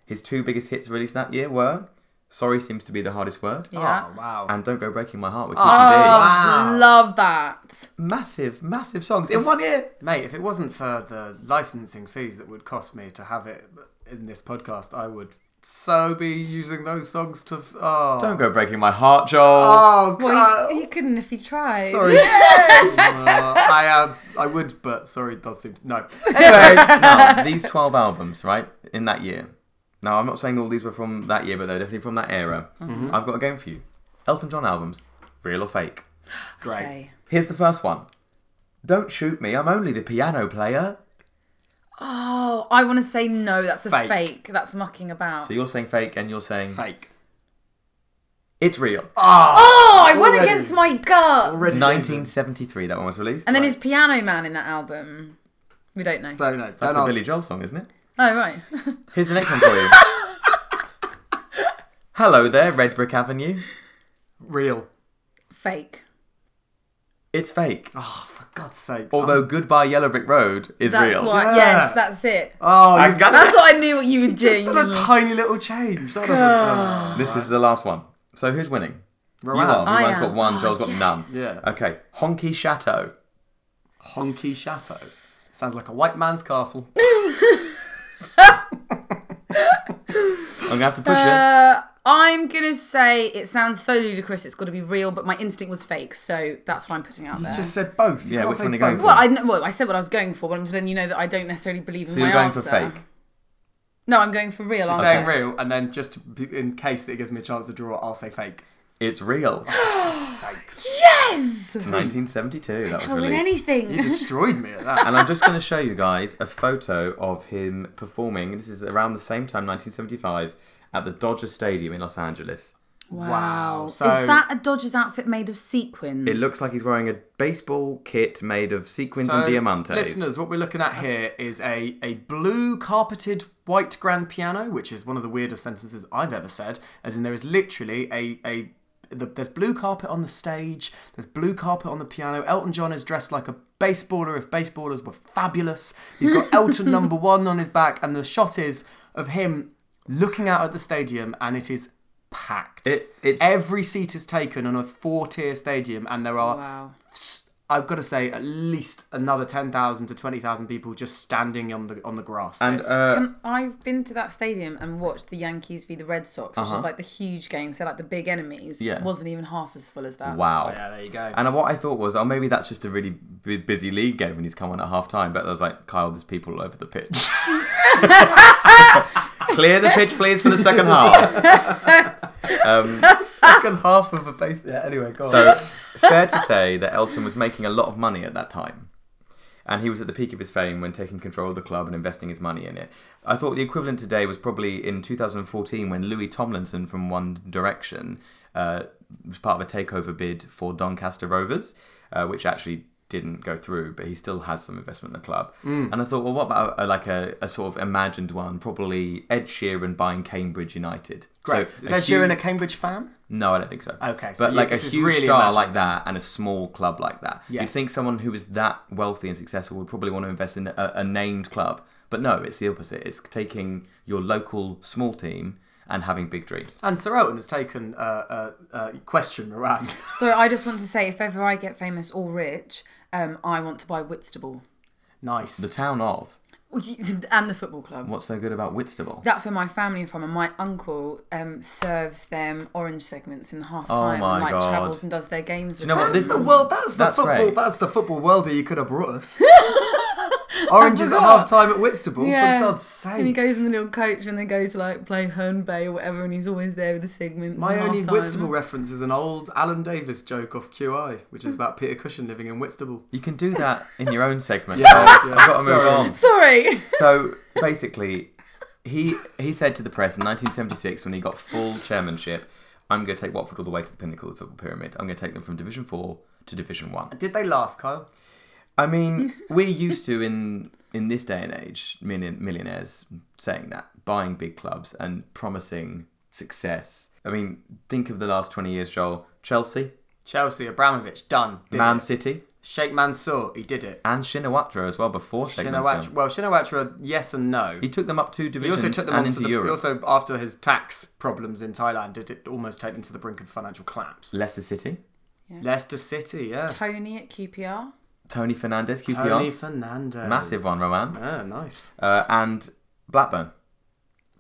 Speaker 2: His two biggest hits released that year were "Sorry" seems to be the hardest word,
Speaker 3: Yeah. Ah.
Speaker 1: Oh, wow.
Speaker 2: and "Don't Go Breaking My Heart," which is
Speaker 1: Wow.
Speaker 3: Love that.
Speaker 2: massive, massive songs in one year.
Speaker 1: Mate, if it wasn't for the licensing fees that would cost me to have it in this podcast, I would so be using those songs to. f- Oh,
Speaker 2: "Don't Go Breaking My Heart," Joel.
Speaker 1: oh
Speaker 3: Well,
Speaker 1: God.
Speaker 3: he, he couldn't if he tried.
Speaker 1: Sorry. Uh, I am. I would, but sorry, it does seem no. Anyway,
Speaker 2: now these 12 albums, right, in that year. Now I'm not saying all these were from that year, but they're definitely from that era. I've got a game for you. Elton John albums, real or fake.
Speaker 1: Great.
Speaker 3: Okay.
Speaker 2: Here's the first one. Don't shoot me, I'm only the piano player.
Speaker 3: Oh, I want to say no. That's a
Speaker 1: Fake.
Speaker 3: fake. That's mucking about.
Speaker 2: So you're saying fake and you're saying
Speaker 1: Fake.
Speaker 2: it's real.
Speaker 3: oh, I went
Speaker 1: Already.
Speaker 3: against my gut.
Speaker 1: Already.
Speaker 2: 1973 that one was released.
Speaker 3: And then is Piano Man in that album? We don't know.
Speaker 1: Don't know. Don't
Speaker 2: That's
Speaker 1: ask.
Speaker 2: a Billy Joel song, isn't it?
Speaker 3: Oh right.
Speaker 2: Here's the next one for you. Hello there, Red Brick Avenue.
Speaker 1: Real.
Speaker 3: fake.
Speaker 2: It's fake.
Speaker 1: Oh, for God's sake.
Speaker 2: Although Goodbye Yellow Brick Road is
Speaker 3: That's
Speaker 2: real.
Speaker 3: what.
Speaker 1: Yeah.
Speaker 3: Yes, that's it.
Speaker 1: Oh,
Speaker 2: I've
Speaker 1: you've
Speaker 2: got
Speaker 3: That's what I knew what you would do.
Speaker 1: just done a tiny little change. That doesn't. Oh.
Speaker 2: This is the last one. So who's winning? You
Speaker 1: Rowan.
Speaker 2: are.
Speaker 3: I
Speaker 2: Rowan's
Speaker 3: am.
Speaker 2: got one,
Speaker 3: Oh,
Speaker 2: Joel's got
Speaker 3: yes.
Speaker 2: none.
Speaker 1: Yeah.
Speaker 2: Okay. Honky Chateau.
Speaker 1: Honky Chateau. Sounds like a white man's castle.
Speaker 2: I'm going to have to push it.
Speaker 3: Uh, I'm gonna say it sounds so ludicrous. It's got to be real, but my instinct was fake, so that's what I'm putting out there.
Speaker 1: Just said both. You
Speaker 2: Yeah,
Speaker 1: can't
Speaker 2: which
Speaker 1: say
Speaker 2: one are you going
Speaker 1: both.
Speaker 2: for?
Speaker 3: well, I kn- well, I said what I was going for, but I'm just letting you know that I don't necessarily believe in
Speaker 2: So
Speaker 3: my
Speaker 2: you're going
Speaker 3: answer.
Speaker 2: for fake.
Speaker 3: No, I'm going for real. aren't
Speaker 1: Saying
Speaker 3: I?
Speaker 1: real, and then just to be- in case that it gives me a chance to draw, I'll say fake.
Speaker 2: It's real.
Speaker 1: Sakes.
Speaker 3: Yes.
Speaker 2: 1972 that was
Speaker 3: I'll win
Speaker 2: released.
Speaker 3: anything.
Speaker 1: You destroyed me at that.
Speaker 2: and I'm just going to show you guys a photo of him performing. This is around the same time, 1975, at the Dodger Stadium in Los Angeles.
Speaker 1: Wow. So-
Speaker 3: Is that a Dodgers outfit made of sequins?
Speaker 2: It looks like he's wearing a baseball kit made of sequins
Speaker 1: So,
Speaker 2: and diamantes.
Speaker 1: Listeners, what we're looking at here is a, a blue carpeted white grand piano, which is one of the weirdest sentences I've ever said, as in there is literally a. a the, there's blue carpet on the stage, there's blue carpet on the piano. Elton John is dressed like a baseballer if baseballers were fabulous. He's got Elton number one on his back, and the shot is of him looking out at the stadium, and it is packed.
Speaker 2: It- it's-
Speaker 1: Every seat is taken on a four tier stadium, and there are
Speaker 3: Wow.
Speaker 1: I've got to say, at least another ten thousand to twenty thousand people just standing on the on the grass.
Speaker 2: and uh,
Speaker 3: Um, I've been to that stadium and watched the Yankees v the Red Sox, which is like the huge games. They're like the big enemies.
Speaker 2: Uh-huh. Yeah.
Speaker 3: It wasn't even half as full as that.
Speaker 2: wow.
Speaker 1: Oh, yeah, there you go.
Speaker 2: And what I thought was, oh, maybe that's just a really bu- busy league game and he's come on at half time. But I was like, Kyle, there's people all over the pitch. Clear the pitch, please, for the second half. um,
Speaker 1: Second half of a base. Yeah. Anyway, go on.
Speaker 2: so, fair to say that Elton was making a lot of money at that time. And he was at the peak of his fame when taking control of the club and investing his money in it. I thought the equivalent today was probably in 2014 when Louis Tomlinson from One Direction uh, was part of a takeover bid for Doncaster Rovers, uh, which actually didn't go through, but he still has some investment in the club.
Speaker 1: Mm.
Speaker 2: And I thought, well, what about a, like a, a sort of imagined one? Probably Ed Sheeran buying Cambridge United.
Speaker 1: Great.
Speaker 2: So
Speaker 1: is
Speaker 2: a
Speaker 1: Ed Sheeran
Speaker 2: huge-
Speaker 1: a Cambridge fan?
Speaker 2: no, I don't think so.
Speaker 1: Okay, so
Speaker 2: but
Speaker 1: you-
Speaker 2: like a
Speaker 1: this is
Speaker 2: huge
Speaker 1: really
Speaker 2: star
Speaker 1: imaginary.
Speaker 2: like that and a small club like that, you'd
Speaker 1: Yes.
Speaker 2: think someone who was that wealthy and successful would probably want to invest in a, a named club. But no, it's the opposite. It's taking your local small team and having big dreams.
Speaker 1: And Sir Elton has taken uh, uh, uh, question around.
Speaker 3: So I just want to say, if ever I get famous or rich, um, I want to buy Whitstable
Speaker 1: nice.
Speaker 2: The town of
Speaker 3: and the football club.
Speaker 2: what's so good about Whitstable?
Speaker 3: That's where my family are from, and my uncle um, serves them orange segments in the half
Speaker 2: Oh
Speaker 3: time,
Speaker 2: my
Speaker 3: and like
Speaker 2: God.
Speaker 3: travels and does their games.
Speaker 2: you know what?
Speaker 1: that's
Speaker 2: This-
Speaker 1: the world. That's the
Speaker 2: That's
Speaker 1: football.
Speaker 2: great.
Speaker 1: That's the football worldie you could have brought us. Oranges at
Speaker 3: forgot.
Speaker 1: half time at Whitstable.
Speaker 3: Yeah.
Speaker 1: For God's
Speaker 3: And he
Speaker 1: sake.
Speaker 3: goes in the little coach when they go to like play Herne Bay or whatever, and he's always there with the segments.
Speaker 1: My
Speaker 3: and
Speaker 1: only
Speaker 3: halftime.
Speaker 1: Whitstable reference is an old Alan Davis joke off QI, which is about Peter Cushing living in Whitstable.
Speaker 2: You can do that in your own segment.
Speaker 1: Yeah,
Speaker 2: I've
Speaker 1: yeah.
Speaker 2: got to move
Speaker 1: Sorry.
Speaker 2: on.
Speaker 3: Sorry.
Speaker 2: So basically, he he said to the press in 1976 when he got full chairmanship, "I'm going to take Watford all the way to the pinnacle of the football pyramid. I'm going to take them from Division Four to Division One."
Speaker 1: Did they laugh, Kyle?
Speaker 2: I mean, we're used to in in this day and age, million, millionaires saying that, buying big clubs and promising success. I mean, think of the last 20 years, Joel. Chelsea,
Speaker 1: Chelsea, Abramovich, done. Did
Speaker 2: Man
Speaker 1: it.
Speaker 2: City,
Speaker 1: Sheikh Mansour, he did it.
Speaker 2: and Shinawatra as well before Sheikh
Speaker 1: Shinawatra,
Speaker 2: Mansour.
Speaker 1: well, Shinawatra, yes and no.
Speaker 2: He took them up two
Speaker 1: He
Speaker 2: divisions
Speaker 1: also took them
Speaker 2: and
Speaker 1: onto
Speaker 2: into
Speaker 1: the.
Speaker 2: Europe.
Speaker 1: He also, after his tax problems in Thailand, did it almost take them to the brink of financial collapse.
Speaker 2: Leicester City,
Speaker 1: Leicester City, yeah.
Speaker 3: Tony at QPR.
Speaker 2: Tony Fernandez, QPR,
Speaker 1: Tony Fernandez,
Speaker 2: massive one, Rowan,
Speaker 1: Yeah, nice.
Speaker 2: uh, and Blackburn.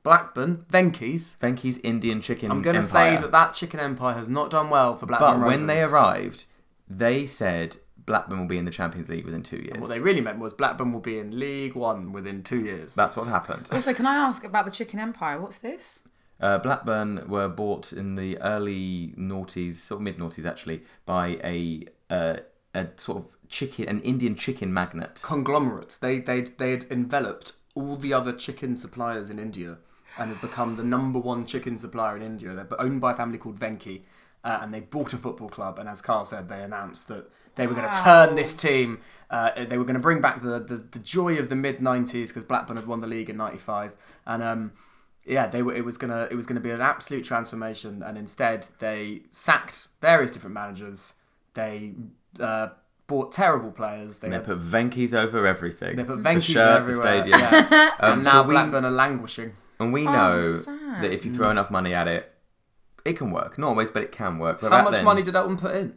Speaker 1: Blackburn, Venkies.
Speaker 2: Venky's Indian chicken.
Speaker 1: I'm going to
Speaker 2: empire.
Speaker 1: say that that chicken empire has not done well for
Speaker 2: But
Speaker 1: Blackburn.
Speaker 2: when they
Speaker 1: Rovers.
Speaker 2: arrived, they said Blackburn will be in the Champions League within two years.
Speaker 1: what they really meant was Blackburn will be in League One within two years.
Speaker 2: That's what happened.
Speaker 3: Also, can I ask about the Chicken Empire? What's this?
Speaker 2: Uh, Blackburn were bought in the early noughties, sort of mid noughties actually, by a uh, a sort of chicken, an Indian chicken magnate.
Speaker 1: Conglomerates. They they they'd enveloped all the other chicken suppliers in India and had become the number one chicken supplier in India. They're owned by a family called Venki, uh, and they bought a football club. And as Carl said, they announced that they were going to turn this team. Uh, they were going to bring back the, the, the joy of the mid '90s because Blackburn had won the league in '95, and um, yeah, they were. It was gonna it was gonna be an absolute transformation. And instead, they sacked various different managers. They uh, bought terrible players. They
Speaker 2: They
Speaker 1: had-
Speaker 2: put Venki's over everything.
Speaker 1: they put
Speaker 2: The
Speaker 1: Venkis
Speaker 2: shirt, the
Speaker 1: everywhere,
Speaker 2: stadium.
Speaker 1: yeah.
Speaker 2: Um,
Speaker 1: and
Speaker 2: so
Speaker 1: now
Speaker 2: we-
Speaker 1: Blackburn are languishing.
Speaker 2: And we know
Speaker 3: sad.
Speaker 2: that if you throw enough money at it, it can work. Not always, but it can work. But
Speaker 1: How
Speaker 2: back
Speaker 1: much
Speaker 2: then-
Speaker 1: money did Elton put in?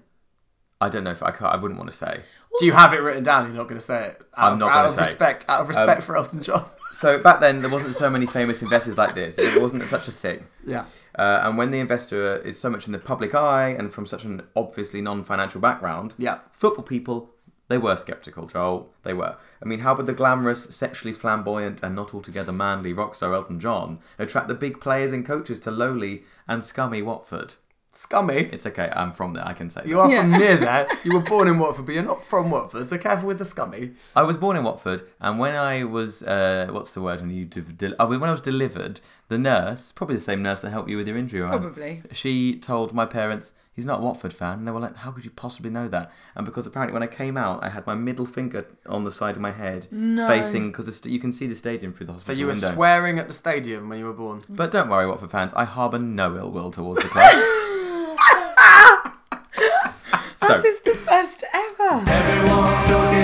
Speaker 2: I don't know if I can't, I wouldn't want to say.
Speaker 1: Do you have it written down? You're not going to say it. Out
Speaker 2: I'm
Speaker 1: of-
Speaker 2: not
Speaker 1: out
Speaker 2: gonna
Speaker 1: of
Speaker 2: say. Um,
Speaker 1: respect. Out of respect for Elton John.
Speaker 2: So back then, there wasn't so many famous investors like this. It wasn't such a thing.
Speaker 1: Yeah.
Speaker 2: Uh, and when the investor is so much in the public eye and from such an obviously non-financial background,
Speaker 1: Yeah.
Speaker 2: football people they were skeptical. Joel, they were. I mean, how would the glamorous, sexually flamboyant, and not altogether manly rock star Elton John attract the big players and coaches to lowly and scummy Watford?
Speaker 1: Scummy.
Speaker 2: It's okay. I'm from there. I can say. that.
Speaker 1: You are from
Speaker 3: Yeah.
Speaker 1: near there. You were born in Watford, but you're not from Watford, so careful with the scummy.
Speaker 2: I was born in Watford, and when I was uh, what's the word when you de- de- I mean, when I was delivered, the nurse, probably the same nurse that helped you with your injury, Ryan,
Speaker 3: Probably.
Speaker 2: she told my parents he's not a Watford fan, and they were like, "How could you possibly know that?" And because apparently when I came out, I had my middle finger on the side of my head, facing because st- you can see the stadium through the
Speaker 1: So
Speaker 2: hospital
Speaker 1: you were
Speaker 2: window.
Speaker 1: swearing at the stadium when you were born.
Speaker 2: but don't worry, Watford fans, I harbour no ill will towards the club. so,
Speaker 3: This is the best ever.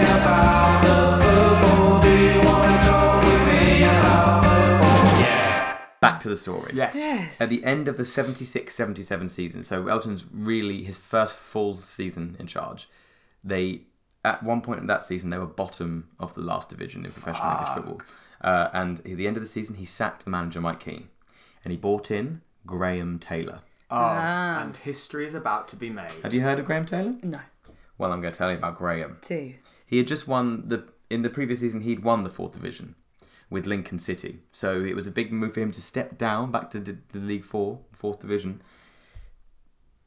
Speaker 2: back to the story.
Speaker 1: Yes.
Speaker 3: Yes.
Speaker 2: At the end of the 76 77 season, so Elton's really his first full season in charge, they, at one point in that season, they were bottom of the last division in professional English football. Uh, and at the end of the season, he sacked the manager, Mike Keane, and he bought in Graham Taylor.
Speaker 1: Oh, And history is about to be made.
Speaker 2: Have you heard of Graham Taylor?
Speaker 3: No.
Speaker 2: Well, I'm going to tell you about Graham.
Speaker 3: Two.
Speaker 2: He had just won the in the previous season. He'd won the fourth division with Lincoln City, so it was a big move for him to step down back to the, the League Four, fourth division.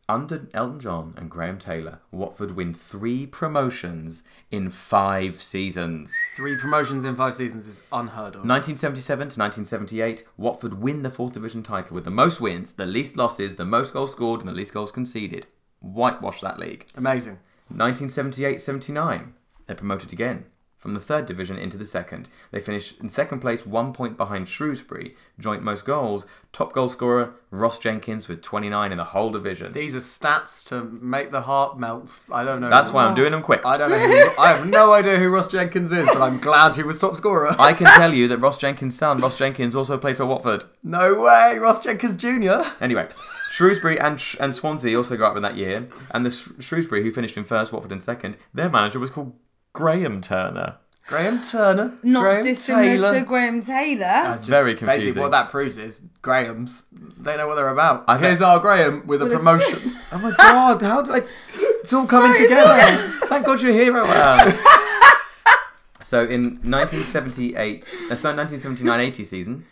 Speaker 2: Under Elton John and Graham Taylor, Watford win three promotions in five seasons.
Speaker 1: Three promotions in five seasons is unheard of.
Speaker 2: 1977 to 1978, Watford win the fourth division title with the most wins, the least losses, the most goals scored, and the least goals conceded. Whitewash that league.
Speaker 1: Amazing.
Speaker 2: 1978-79, they promoted again from the third division into the second. They finished in second place, one point behind Shrewsbury, joint most goals. Top goal scorer Ross Jenkins with 29 in the whole division.
Speaker 1: These are stats to make the heart melt. I don't know.
Speaker 2: That's why I'm doing them quick.
Speaker 1: I don't know. Who, I have no idea who Ross Jenkins is, but I'm glad he was top scorer.
Speaker 2: I can tell you that Ross Jenkins' son, Ross Jenkins, also played for Watford.
Speaker 1: No way, Ross Jenkins Jr.
Speaker 2: Anyway, Shrewsbury and Sh- and Swansea also got up in that year. And the Sh- Shrewsbury, who finished in first, Watford in second, their manager was called Graham Turner.
Speaker 1: Graham Turner.
Speaker 3: Not
Speaker 1: Graham
Speaker 3: dissimilar
Speaker 1: Taylor.
Speaker 3: to Graham Taylor.
Speaker 2: Very confusing.
Speaker 1: Basically, what that proves is Graham's. They know what they're about.
Speaker 2: I bet-
Speaker 1: Here's our Graham with, a
Speaker 3: a-
Speaker 1: promotion.
Speaker 2: oh my god, how do I...
Speaker 1: it's all coming
Speaker 3: Sorry,
Speaker 1: together.
Speaker 2: Thank God you're here, Alan. Um, so in 1978, uh, so 1979-80 season,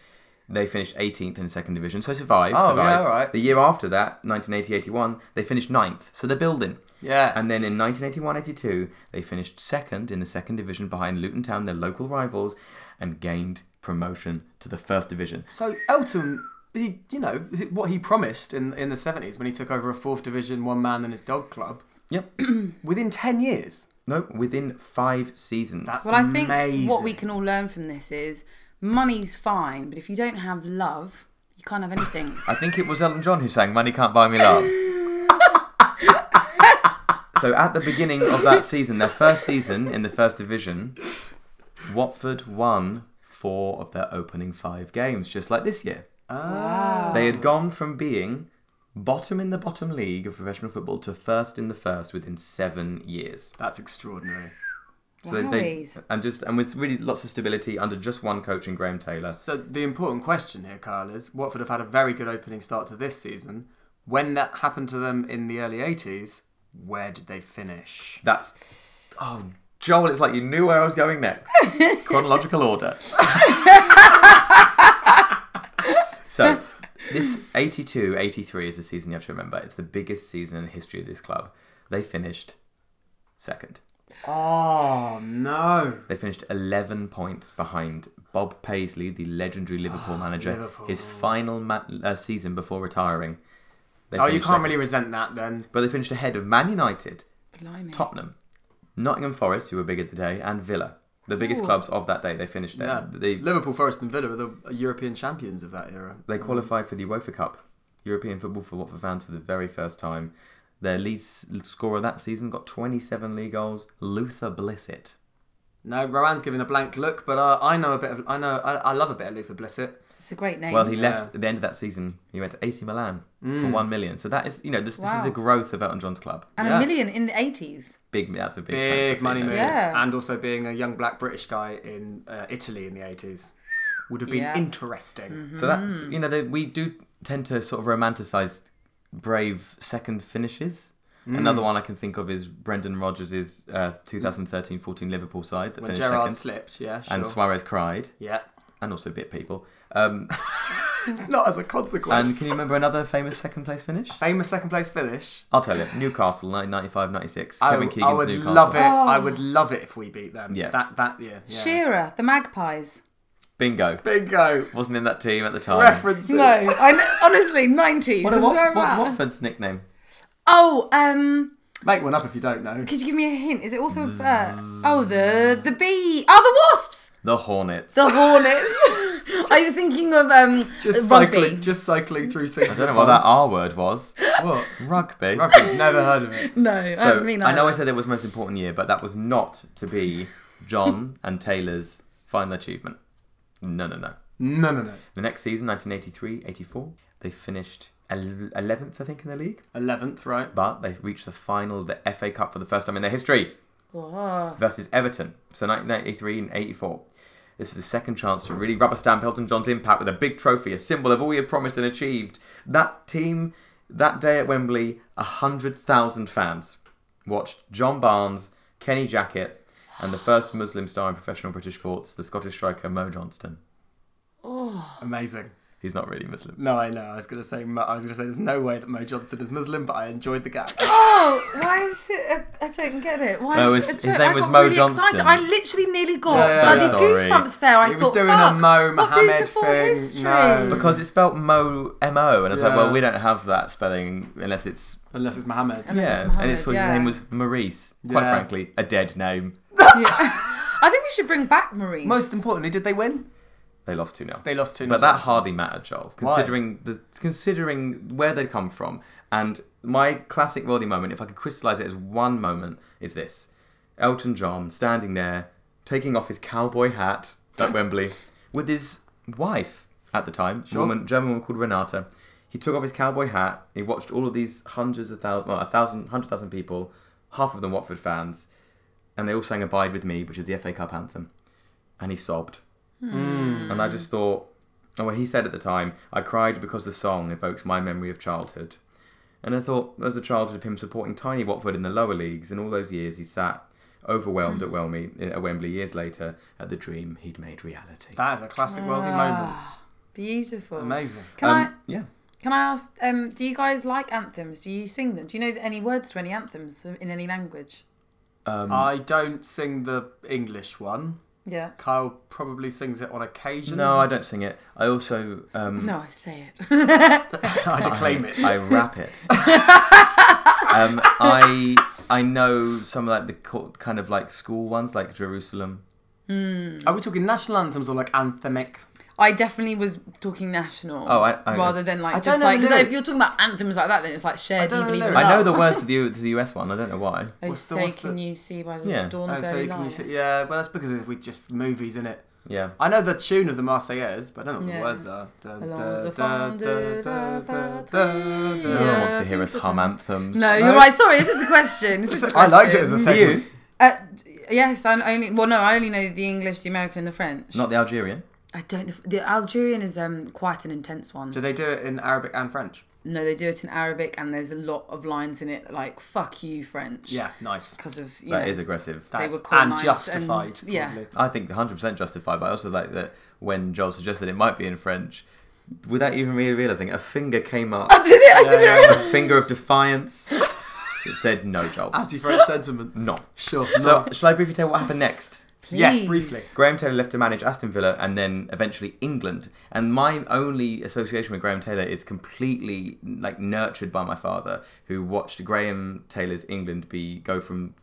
Speaker 2: they finished 18th in the second division, so survived.
Speaker 1: Oh,
Speaker 2: survived.
Speaker 1: yeah, all right.
Speaker 2: The year after that, 1980-81, they finished 9th, so they're building.
Speaker 1: Yeah.
Speaker 2: And then in 1981-82, they finished second in the second division behind Luton Town, their local rivals, and gained promotion to the first division.
Speaker 1: so Elton, he, you know, what he promised in in the seventies when he took over a fourth division one man and his dog club.
Speaker 2: Yep.
Speaker 1: Within ten years,
Speaker 2: no, within five seasons.
Speaker 1: That's-
Speaker 3: Well, I think
Speaker 1: amazing.
Speaker 3: what we can all learn from this is money's fine, but if you don't have love, you can't have anything.
Speaker 2: I think it was Elton John who sang Money Can't Buy Me Love. so at the beginning of that season, their first season in the first division, Watford won four of their opening five games, just like this year. They had gone from being bottom in the bottom league of professional football to first in the first within seven years.
Speaker 1: that's extraordinary.
Speaker 2: So they- they,
Speaker 3: Wowies.
Speaker 2: and just and with really lots of stability under just one coach in Graham Taylor.
Speaker 1: So the important question here, Kyle, is Watford have had a very good opening start to this season. When that happened to them in the early eighties, where did they finish?
Speaker 2: That's oh Joel, it's like you knew where I was going next. Chronological order. so This 82 83 is the season you have to remember. It's the biggest season in the history of this club. They finished second.
Speaker 1: Oh no!
Speaker 2: They finished 11 points behind Bob Paisley, the legendary Liverpool manager,
Speaker 1: Ah, Liverpool.
Speaker 2: his final ma- uh, season before retiring. They
Speaker 1: Oh, you
Speaker 2: finished
Speaker 1: can't
Speaker 2: second.
Speaker 1: really resent that then.
Speaker 2: But they finished ahead of Man United,
Speaker 3: Blimey.
Speaker 2: Tottenham, Nottingham Forest, who were big at the day, and Villa. The biggest
Speaker 3: Ooh.
Speaker 2: clubs of that day. They finished there.
Speaker 1: Yeah.
Speaker 2: They,
Speaker 1: Liverpool, Forest, and Villa are the European champions of that era.
Speaker 2: They qualified for the UEFA Cup, European football for Watford fans for the very first time. Their lead s- scorer that season got 27 league goals, Luther Blissett.
Speaker 1: No, Rowan's giving a blank look, but uh, I know a bit of. I know. I, I love a bit of Luther Blissett.
Speaker 3: It's a great name.
Speaker 2: Well, he left at the end of that season. He went to AC Milan for one million. So that is, you know, this, this is
Speaker 3: Wow.
Speaker 2: the growth of Elton John's club.
Speaker 3: and
Speaker 1: yeah.
Speaker 3: a million in the 80s.
Speaker 2: Big, that's a big, transfer
Speaker 1: Big
Speaker 2: fee,
Speaker 1: money
Speaker 2: that
Speaker 1: move,
Speaker 2: is.
Speaker 3: Yeah.
Speaker 1: and also being a young black British guy in uh, Italy in the eighties would have been
Speaker 3: Yeah.
Speaker 1: interesting.
Speaker 2: So that's,
Speaker 1: Hmm.
Speaker 2: you know, they, we do tend to sort of romanticize brave second finishes.
Speaker 1: Hmm.
Speaker 2: Another one I can think of is Brendan Rodgers' uh, 2013-14 Liverpool side that
Speaker 1: When
Speaker 2: finished
Speaker 1: Gerard
Speaker 2: second,
Speaker 1: slipped, yeah, sure.
Speaker 2: and Suarez cried.
Speaker 1: yeah,
Speaker 2: and also bit people. Um,
Speaker 1: not as a
Speaker 2: and
Speaker 1: consequence.
Speaker 2: can you remember another famous second place finish?
Speaker 1: Famous second place finish.
Speaker 2: I'll tell you, Newcastle, 1995-96.
Speaker 1: I,
Speaker 2: Kevin
Speaker 1: w- I
Speaker 2: Keegan's
Speaker 1: would
Speaker 2: Newcastle.
Speaker 1: love it. I
Speaker 3: Oh.
Speaker 1: would love it if we beat them.
Speaker 2: Yeah.
Speaker 1: That that year. Yeah.
Speaker 3: Shearer, the Magpies.
Speaker 2: Bingo.
Speaker 1: Bingo.
Speaker 2: Wasn't in that team at the time.
Speaker 1: References.
Speaker 3: No, I kn- honestly, 90s.
Speaker 2: What-
Speaker 3: This is
Speaker 2: what-
Speaker 3: where I'm
Speaker 2: what's
Speaker 3: at.
Speaker 2: Watford's nickname?
Speaker 3: Oh, um,
Speaker 1: Make one up if you don't know.
Speaker 3: could you give me a hint? Is it also a bird? Oh, the the bee. Oh, the wasps.
Speaker 2: The Hornets.
Speaker 3: The hornets. I was thinking of um
Speaker 1: Just
Speaker 3: rugby.
Speaker 1: cycling, just cycling through things.
Speaker 2: I don't know what that R word was.
Speaker 1: What?
Speaker 2: Rugby.
Speaker 1: Rugby. Never heard of it.
Speaker 3: No, I
Speaker 2: So
Speaker 3: don't mean
Speaker 2: I know I
Speaker 3: either.
Speaker 2: said that was most important year, but that was not to be John and Taylor's final achievement. No, no, no.
Speaker 1: No, no, no.
Speaker 2: The next season, 1983-84, they finished el- 11th, I think, in the league.
Speaker 1: Eleventh, right?
Speaker 2: but they've reached the final of the FA Cup for the first time in their history
Speaker 3: Whoa.
Speaker 2: versus Everton. So 1983 and 84. This was the second chance to really rubber stamp Elton John's impact with a big trophy, a symbol of all he had promised and achieved. That team, that day at Wembley, 100,000 fans watched John Barnes, Kenny Jackett, and the first Muslim star in professional British sports, the Scottish striker Mo Johnston.
Speaker 1: Amazing.
Speaker 2: He's not really Muslim.
Speaker 1: No, I know. I was gonna say. Mo- I was gonna say. There's no way that Mo Johnson is Muslim, but I enjoyed the gag.
Speaker 3: Oh, why is it? I I don't get it. Why
Speaker 2: No,
Speaker 3: is
Speaker 2: his-
Speaker 3: it a
Speaker 2: his
Speaker 3: joke?
Speaker 2: name
Speaker 3: I
Speaker 2: was
Speaker 3: got
Speaker 2: Mo
Speaker 3: really
Speaker 2: Johnston.
Speaker 3: Excited. I literally nearly got
Speaker 1: Yeah, yeah,
Speaker 3: bloody
Speaker 1: yeah.
Speaker 2: Sorry.
Speaker 3: goosebumps there. I
Speaker 1: He was
Speaker 3: thought,
Speaker 1: doing a
Speaker 3: fuck,
Speaker 1: Mo Mohammed
Speaker 3: what beautiful
Speaker 1: thing.
Speaker 3: history.
Speaker 1: No. Because-
Speaker 2: Because it's spelled Mo M O, and I was like,
Speaker 1: Yeah.
Speaker 2: well, we don't have that spelling unless it's
Speaker 1: Unless it's Mohammed.
Speaker 2: Yeah,
Speaker 3: it's
Speaker 2: and it's what
Speaker 3: Mohammed,
Speaker 2: his name was
Speaker 3: yeah.
Speaker 2: Maurice. Quite
Speaker 1: Yeah.
Speaker 2: frankly, a dead name.
Speaker 3: I think we should bring back Marie.
Speaker 1: Most importantly, did they win?
Speaker 2: They lost two 0
Speaker 1: They lost two.
Speaker 2: but that hardly mattered, Joel,
Speaker 1: Why?
Speaker 2: considering the considering where they'd come from. And my classic worldie moment, if I could crystallise it as one moment, is this: Elton John standing there, taking off his cowboy hat at Wembley with his wife at the time, woman, German woman called Renata. He took off his cowboy hat. He watched all of these hundreds of thousands, well, a thousand, hundred thousand people, half of them Watford fans, and they all sang "Abide with Me," which is the FA Cup anthem, and he sobbed.
Speaker 3: Mm.
Speaker 2: And I just thought, oh, well, he said at the time, I cried because the song evokes my memory of childhood. And I thought, as a childhood of him supporting tiny Watford in the lower leagues, and all those years he sat overwhelmed
Speaker 3: Mm.
Speaker 2: at Wembley, eh, at Wembley years later at the dream he'd made reality.
Speaker 1: That is a classic
Speaker 3: Ah.
Speaker 1: worldie moment.
Speaker 3: Beautiful.
Speaker 1: Amazing.
Speaker 3: Can I?
Speaker 2: Um, yeah.
Speaker 3: Can I ask? Um, do you guys like anthems? Do you sing them? Do you know any words to any anthems in any language?
Speaker 2: Um,
Speaker 1: I don't sing the English one.
Speaker 3: Yeah.
Speaker 1: Kyle probably sings it on
Speaker 3: Mm.
Speaker 1: occasion.
Speaker 2: no, I don't sing it. I also um,
Speaker 3: No, I say it.
Speaker 1: I declaim it.
Speaker 2: I wrap it. um, I I know some of like the co- kind of like school ones, like Jerusalem.
Speaker 1: Are we talking national anthems or like anthemic?
Speaker 3: I definitely was talking national.
Speaker 2: Oh, I- I-
Speaker 3: rather than like
Speaker 1: I don't
Speaker 3: just
Speaker 1: know
Speaker 3: like
Speaker 1: the
Speaker 3: 'cause if
Speaker 1: lyrics.
Speaker 3: you're talking about anthems like that, then it's like share. Do
Speaker 1: don't
Speaker 3: you
Speaker 1: know
Speaker 3: believe
Speaker 1: the
Speaker 3: in
Speaker 1: lyrics.
Speaker 2: I know the
Speaker 3: love?
Speaker 2: words to the, to the US one. I don't know why.
Speaker 3: I
Speaker 1: What's the-
Speaker 3: say,
Speaker 1: what's the-
Speaker 3: can you see by the
Speaker 2: Yeah.
Speaker 3: dawn's
Speaker 1: Oh, so
Speaker 3: early
Speaker 1: you can
Speaker 3: light?
Speaker 1: use it- yeah, well, that's because it's, we just movies, in it?
Speaker 2: Yeah.
Speaker 1: I know the tune of the Marseillaise, but I don't know what
Speaker 3: Yeah.
Speaker 1: the words are. Da, da,
Speaker 3: Allons
Speaker 1: da,
Speaker 3: fondue
Speaker 1: da, da,
Speaker 3: la
Speaker 1: da, da.
Speaker 2: No
Speaker 3: Yeah,
Speaker 2: one wants to
Speaker 3: I
Speaker 2: hear
Speaker 3: think
Speaker 2: us
Speaker 3: so,
Speaker 2: hum
Speaker 3: don't.
Speaker 2: anthems.
Speaker 3: No,
Speaker 1: No.
Speaker 3: you're right. Sorry, it's just a question. It's just a
Speaker 1: I
Speaker 3: question.
Speaker 1: liked it as a
Speaker 2: Do
Speaker 1: segment.
Speaker 2: you?
Speaker 3: Uh, d- yes, I only well no, I only know the English, the American, and the French.
Speaker 2: Not the Algerian.
Speaker 3: I don't. The, the Algerian is um quite an intense one.
Speaker 1: Do they do it in Arabic and French?
Speaker 3: No, they do it in Arabic, and there's a lot of lines in it like "fuck you, French."
Speaker 1: Yeah, nice.
Speaker 3: because of you
Speaker 2: That
Speaker 3: know,
Speaker 2: is aggressive.
Speaker 3: They
Speaker 1: That's
Speaker 3: were quite
Speaker 1: and
Speaker 3: nice
Speaker 1: justified.
Speaker 3: and- yeah.
Speaker 1: probably.
Speaker 2: I think 100% justified, but I also like that when Joel suggested it might be in French, without even really realizing, a finger came up.
Speaker 3: I did it. I did it.
Speaker 1: Yeah.
Speaker 2: a
Speaker 3: Really.
Speaker 2: finger of defiance. It said no, Joel.
Speaker 3: Ah.
Speaker 1: Anti-French sentiment.
Speaker 2: No.
Speaker 1: Sure.
Speaker 2: So,
Speaker 1: no.
Speaker 2: shall I briefly tell what happened next?
Speaker 1: yes,
Speaker 3: Please.
Speaker 1: briefly.
Speaker 2: Graham Taylor left to manage Aston Villa and then eventually England. And my only association with Graham Taylor is completely like nurtured by my father, who watched Graham Taylor's England be go from.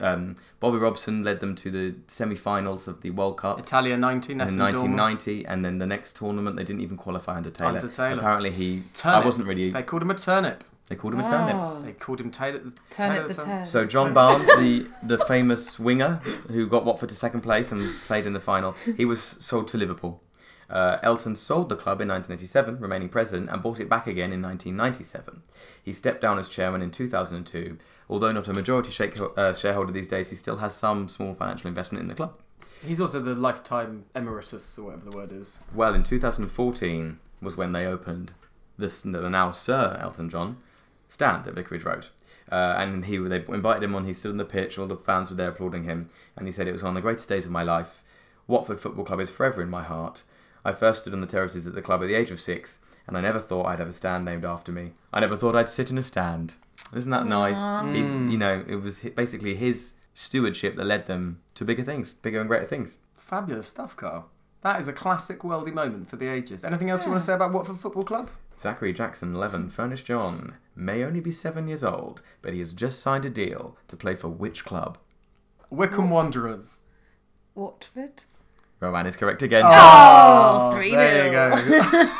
Speaker 2: Um, Bobby Robson led them to the semi-finals of the World Cup
Speaker 1: Italia 19,
Speaker 2: in
Speaker 1: Essen
Speaker 2: 1990, and then the next tournament they didn't even qualify under Taylor.
Speaker 1: Under Taylor.
Speaker 2: Apparently he,
Speaker 1: Turnip.
Speaker 2: I wasn't really.
Speaker 1: They
Speaker 2: They,
Speaker 1: called him a turnip.
Speaker 2: called him a turnip.
Speaker 1: They called him Taylor. Taylor
Speaker 3: Turnip the Oh. turn.
Speaker 2: So John Barnes, the, the famous winger who got Watford to second place and played in the final, he was sold to Liverpool. Uh, Elton sold the club in 1987, remaining president, and bought it back again in 1997. He stepped down as chairman in 2002. Although not a majority shake, uh, shareholder these days, he still has some small financial investment in the club.
Speaker 1: He's also the lifetime emeritus or whatever the word is.
Speaker 2: Well, in 2014 was when they opened this the now Sir Elton John stand at Vicarage Road. Uh, and he they invited him on. He stood on the pitch. All the fans were there applauding him, and he said, "It was one of the greatest days of my life. Watford Football Club is forever in my heart. I first stood on the terraces at the club at the age of six, and I never thought I'd have a stand named after me. I never thought I'd sit in a stand. Isn't that nice?
Speaker 3: Aw.
Speaker 2: He,
Speaker 1: Mm.
Speaker 2: you know, it was hi- basically his stewardship that led them to bigger things, bigger and greater things.
Speaker 1: Fabulous stuff, Carl. That is a classic worldy moment for the ages. Anything else you want to say
Speaker 3: Yeah.
Speaker 1: about Watford Football Club?
Speaker 2: Zachary Jackson, 11, Furnace John, may only be seven years old, but he has just signed a deal to play for which club?
Speaker 1: Wickham Wanderers.
Speaker 3: Watford.
Speaker 2: Rowan is correct again.
Speaker 3: Oh,
Speaker 1: Oh,
Speaker 3: 3
Speaker 1: There you go.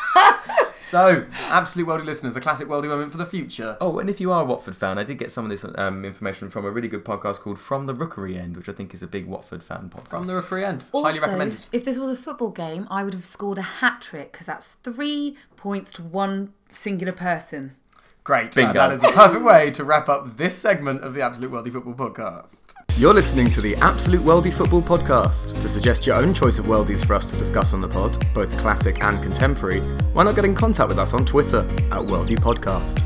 Speaker 1: so, absolute worldy listeners, a classic worldy moment for the future.
Speaker 2: Oh, and if you are a Watford fan, I did get some of this um, information from a really good podcast called From the Rookery End, which I think is a big Watford fan podcast.
Speaker 1: From the Rookery End.
Speaker 3: Also,
Speaker 1: Highly recommended.
Speaker 3: if this was a football game, I would have scored a hat trick because that's three points to one singular person.
Speaker 1: Great.
Speaker 2: Bingo.
Speaker 1: That is the perfect way to wrap up this segment of the Absolute Worldy Football Podcast.
Speaker 4: You're listening to the Absolute Worldy Football Podcast. To suggest your own choice of worldies for us to discuss on the pod, both classic and contemporary, why not get in contact with us on Twitter at Worldy Podcast?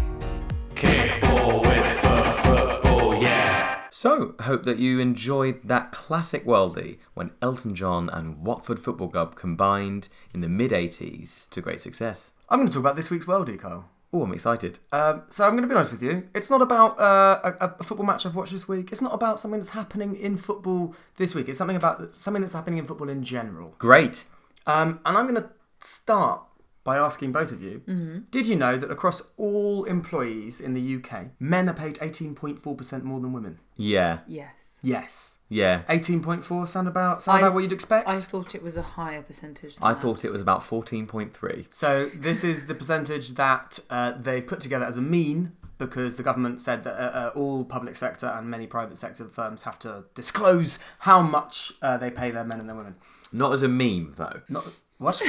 Speaker 5: Kickball with foot football, yeah.
Speaker 2: So, hope that you enjoyed that classic worldie when Elton John and Watford Football Club combined in the mid 80s to great success.
Speaker 1: I'm going to talk about this week's worldy, Carl.
Speaker 2: Oh, I'm excited.
Speaker 1: Um, so I'm going to be honest with you. It's not about uh, a, a football match I've watched this week. It's not about something that's happening in football this week. It's something about something that's happening in football in general.
Speaker 2: Great.
Speaker 1: Um, and I'm going to start by asking both of you: Did you know that across all employees in the UK, men are paid 18.4% more than women?
Speaker 2: Yeah,
Speaker 3: Yes.
Speaker 1: Yes,
Speaker 2: yeah.
Speaker 1: 18.4 sound about sound
Speaker 3: I-
Speaker 1: about what you'd expect.
Speaker 3: I thought it was a higher percentage. Than
Speaker 2: I
Speaker 3: that.
Speaker 2: thought it was about 14.3.
Speaker 1: So this is the percentage that uh, they've put together as a mean because the government said that uh, uh, all public sector and many private sector firms have to disclose how much uh, they pay their men and their women.
Speaker 2: Not as a meme though.
Speaker 1: Not what?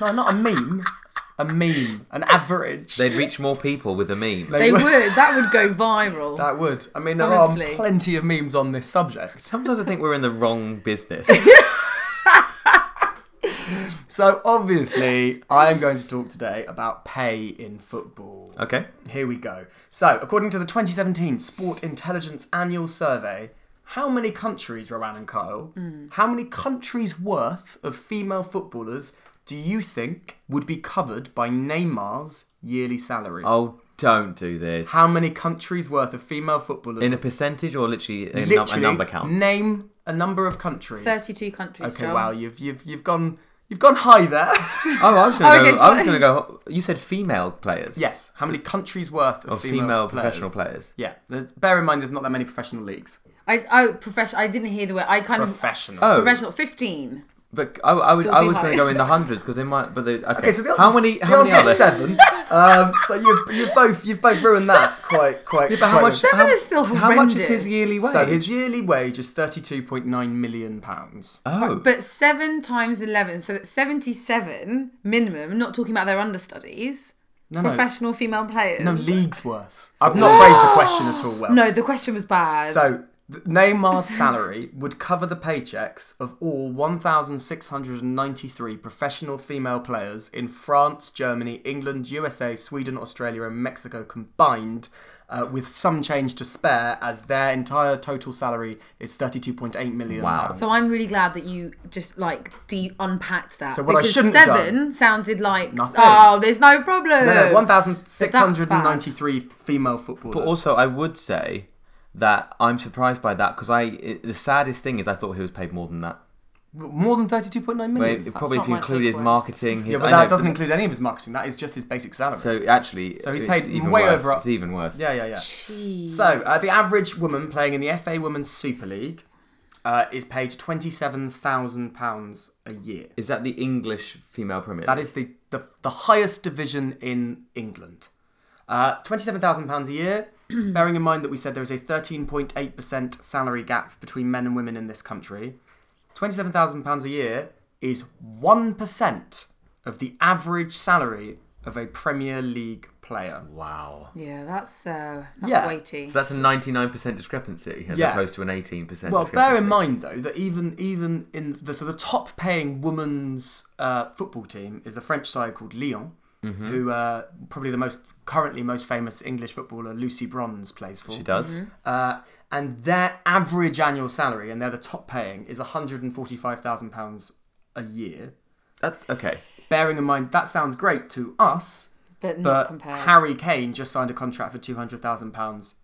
Speaker 1: no, not a meme. A meme. An average.
Speaker 2: They'd reach more people with a meme.
Speaker 1: They
Speaker 3: they
Speaker 1: would-
Speaker 3: would. That would go viral.
Speaker 1: That would. I mean, there are
Speaker 3: Honestly.
Speaker 1: plenty of memes on this subject.
Speaker 2: Sometimes I think we're in the wrong business.
Speaker 1: So obviously, I am going to talk today about pay in football.
Speaker 2: Okay.
Speaker 1: Here we go. So, according to the 2017 Sport Intelligence Annual Survey, how many countries, Rowan and Kyle, how many countries worth of female footballers do you think would be covered by Neymar's yearly salary?
Speaker 2: Oh, don't do this.
Speaker 1: How many countries worth of female footballers?
Speaker 2: in a percentage or literally a, num- a
Speaker 1: Literally,
Speaker 2: number count?
Speaker 1: Name a number of countries.
Speaker 3: Thirty-two countries.
Speaker 1: Okay,
Speaker 3: Joel.
Speaker 1: wow, you've you've you've gone you've gone high there.
Speaker 2: Oh, I was going to
Speaker 3: Okay,
Speaker 2: go. I was
Speaker 3: sorry.
Speaker 2: going to go. You said female players.
Speaker 1: yes, how many countries worth of,
Speaker 2: Or female,
Speaker 1: female, players?
Speaker 2: professional players.
Speaker 1: Yeah, there's, bear in mind there's not that many professional leagues.
Speaker 3: I oh professional. I didn't hear the word. I
Speaker 1: Um,
Speaker 3: kind of
Speaker 1: Professional.
Speaker 2: Oh,
Speaker 3: professional. Fifteen.
Speaker 2: but I, I, would,
Speaker 3: Still
Speaker 2: I
Speaker 3: too
Speaker 2: was going
Speaker 3: high.
Speaker 2: to go in the hundreds because they might. But they, okay.
Speaker 1: Okay, so the
Speaker 2: how
Speaker 1: answer's-
Speaker 2: many?
Speaker 1: the
Speaker 2: How many are
Speaker 1: answer's
Speaker 2: there?
Speaker 1: Seven. um, so you've you've both you've both ruined that quite quite.
Speaker 2: But how
Speaker 1: quite well.
Speaker 2: much?
Speaker 3: Seven
Speaker 2: how,
Speaker 3: is still
Speaker 2: How much is
Speaker 3: horrendous.
Speaker 2: his yearly wage?
Speaker 1: So his yearly wage is thirty-two point nine million pounds.
Speaker 2: oh,
Speaker 3: But seven times eleven, so that's seventy-seven minimum. Not talking about their understudies.
Speaker 1: No, no,
Speaker 3: professional female players.
Speaker 1: no leagues worth. I've not phrased the question at all well.
Speaker 3: No, the question was bad.
Speaker 1: So th- Neymar's salary would cover the paychecks of all 1,693 professional female players in France, Germany, England, USA, Sweden, Australia, and Mexico combined, uh, with some change to spare, as their entire total salary is thirty-two point eight million.
Speaker 2: Wow.
Speaker 1: pounds.
Speaker 3: So I'm really glad that you just like de unpacked that.
Speaker 1: So what I
Speaker 3: because
Speaker 1: shouldn't have
Speaker 3: seven sounded like
Speaker 1: Nothing.
Speaker 3: oh, there's no problem.
Speaker 1: No, 1,693 female footballers.
Speaker 2: But also, I would say that I'm surprised by that because I it, the saddest thing is I thought he was paid more than that.
Speaker 1: more than 32.9 million.
Speaker 2: Well, probably if
Speaker 3: Mm, not
Speaker 2: you
Speaker 3: my
Speaker 2: include his
Speaker 3: takeaway.
Speaker 2: marketing. His,
Speaker 1: yeah,
Speaker 2: I
Speaker 1: but
Speaker 2: know,
Speaker 1: that doesn't include any of his marketing. That is just his basic salary.
Speaker 2: So actually,
Speaker 1: So he's
Speaker 2: it's
Speaker 1: paid
Speaker 2: even
Speaker 1: way
Speaker 2: worse.
Speaker 1: over-
Speaker 2: It's even worse.
Speaker 1: yeah, yeah, yeah.
Speaker 3: Jeez.
Speaker 1: So uh, the average woman playing in the FA Women's Super League uh, is paid £27,000 a year.
Speaker 2: Is that the English female Premier?
Speaker 1: That is the, the, the highest division in England. Uh, £27,000 a year, bearing in mind that we said there is a 13.8% salary gap between men and women in this country. £27,000 a year is 1% of the average salary of a Premier League player.
Speaker 2: wow.
Speaker 3: Yeah, that's uh, that's
Speaker 1: Yeah.
Speaker 3: weighty.
Speaker 2: That's a 99% discrepancy as
Speaker 1: Yeah.
Speaker 2: opposed to an 18% discrepancy.
Speaker 1: Well, bear in mind though that even even in the so the top paying women's uh, football team is the French side called Lyon,
Speaker 2: Mm-hmm.
Speaker 1: who uh, probably the most currently most famous English footballer Lucy Bronze plays for.
Speaker 2: She does.
Speaker 3: Mm-hmm.
Speaker 1: Uh, and their average annual salary, and they're the top paying, is one hundred and forty five thousand pounds a year.
Speaker 2: That's okay.
Speaker 1: Bearing in mind that sounds great to us,
Speaker 3: but not
Speaker 1: but
Speaker 3: compared.
Speaker 1: Harry Kane just signed a contract for two hundred thousand pounds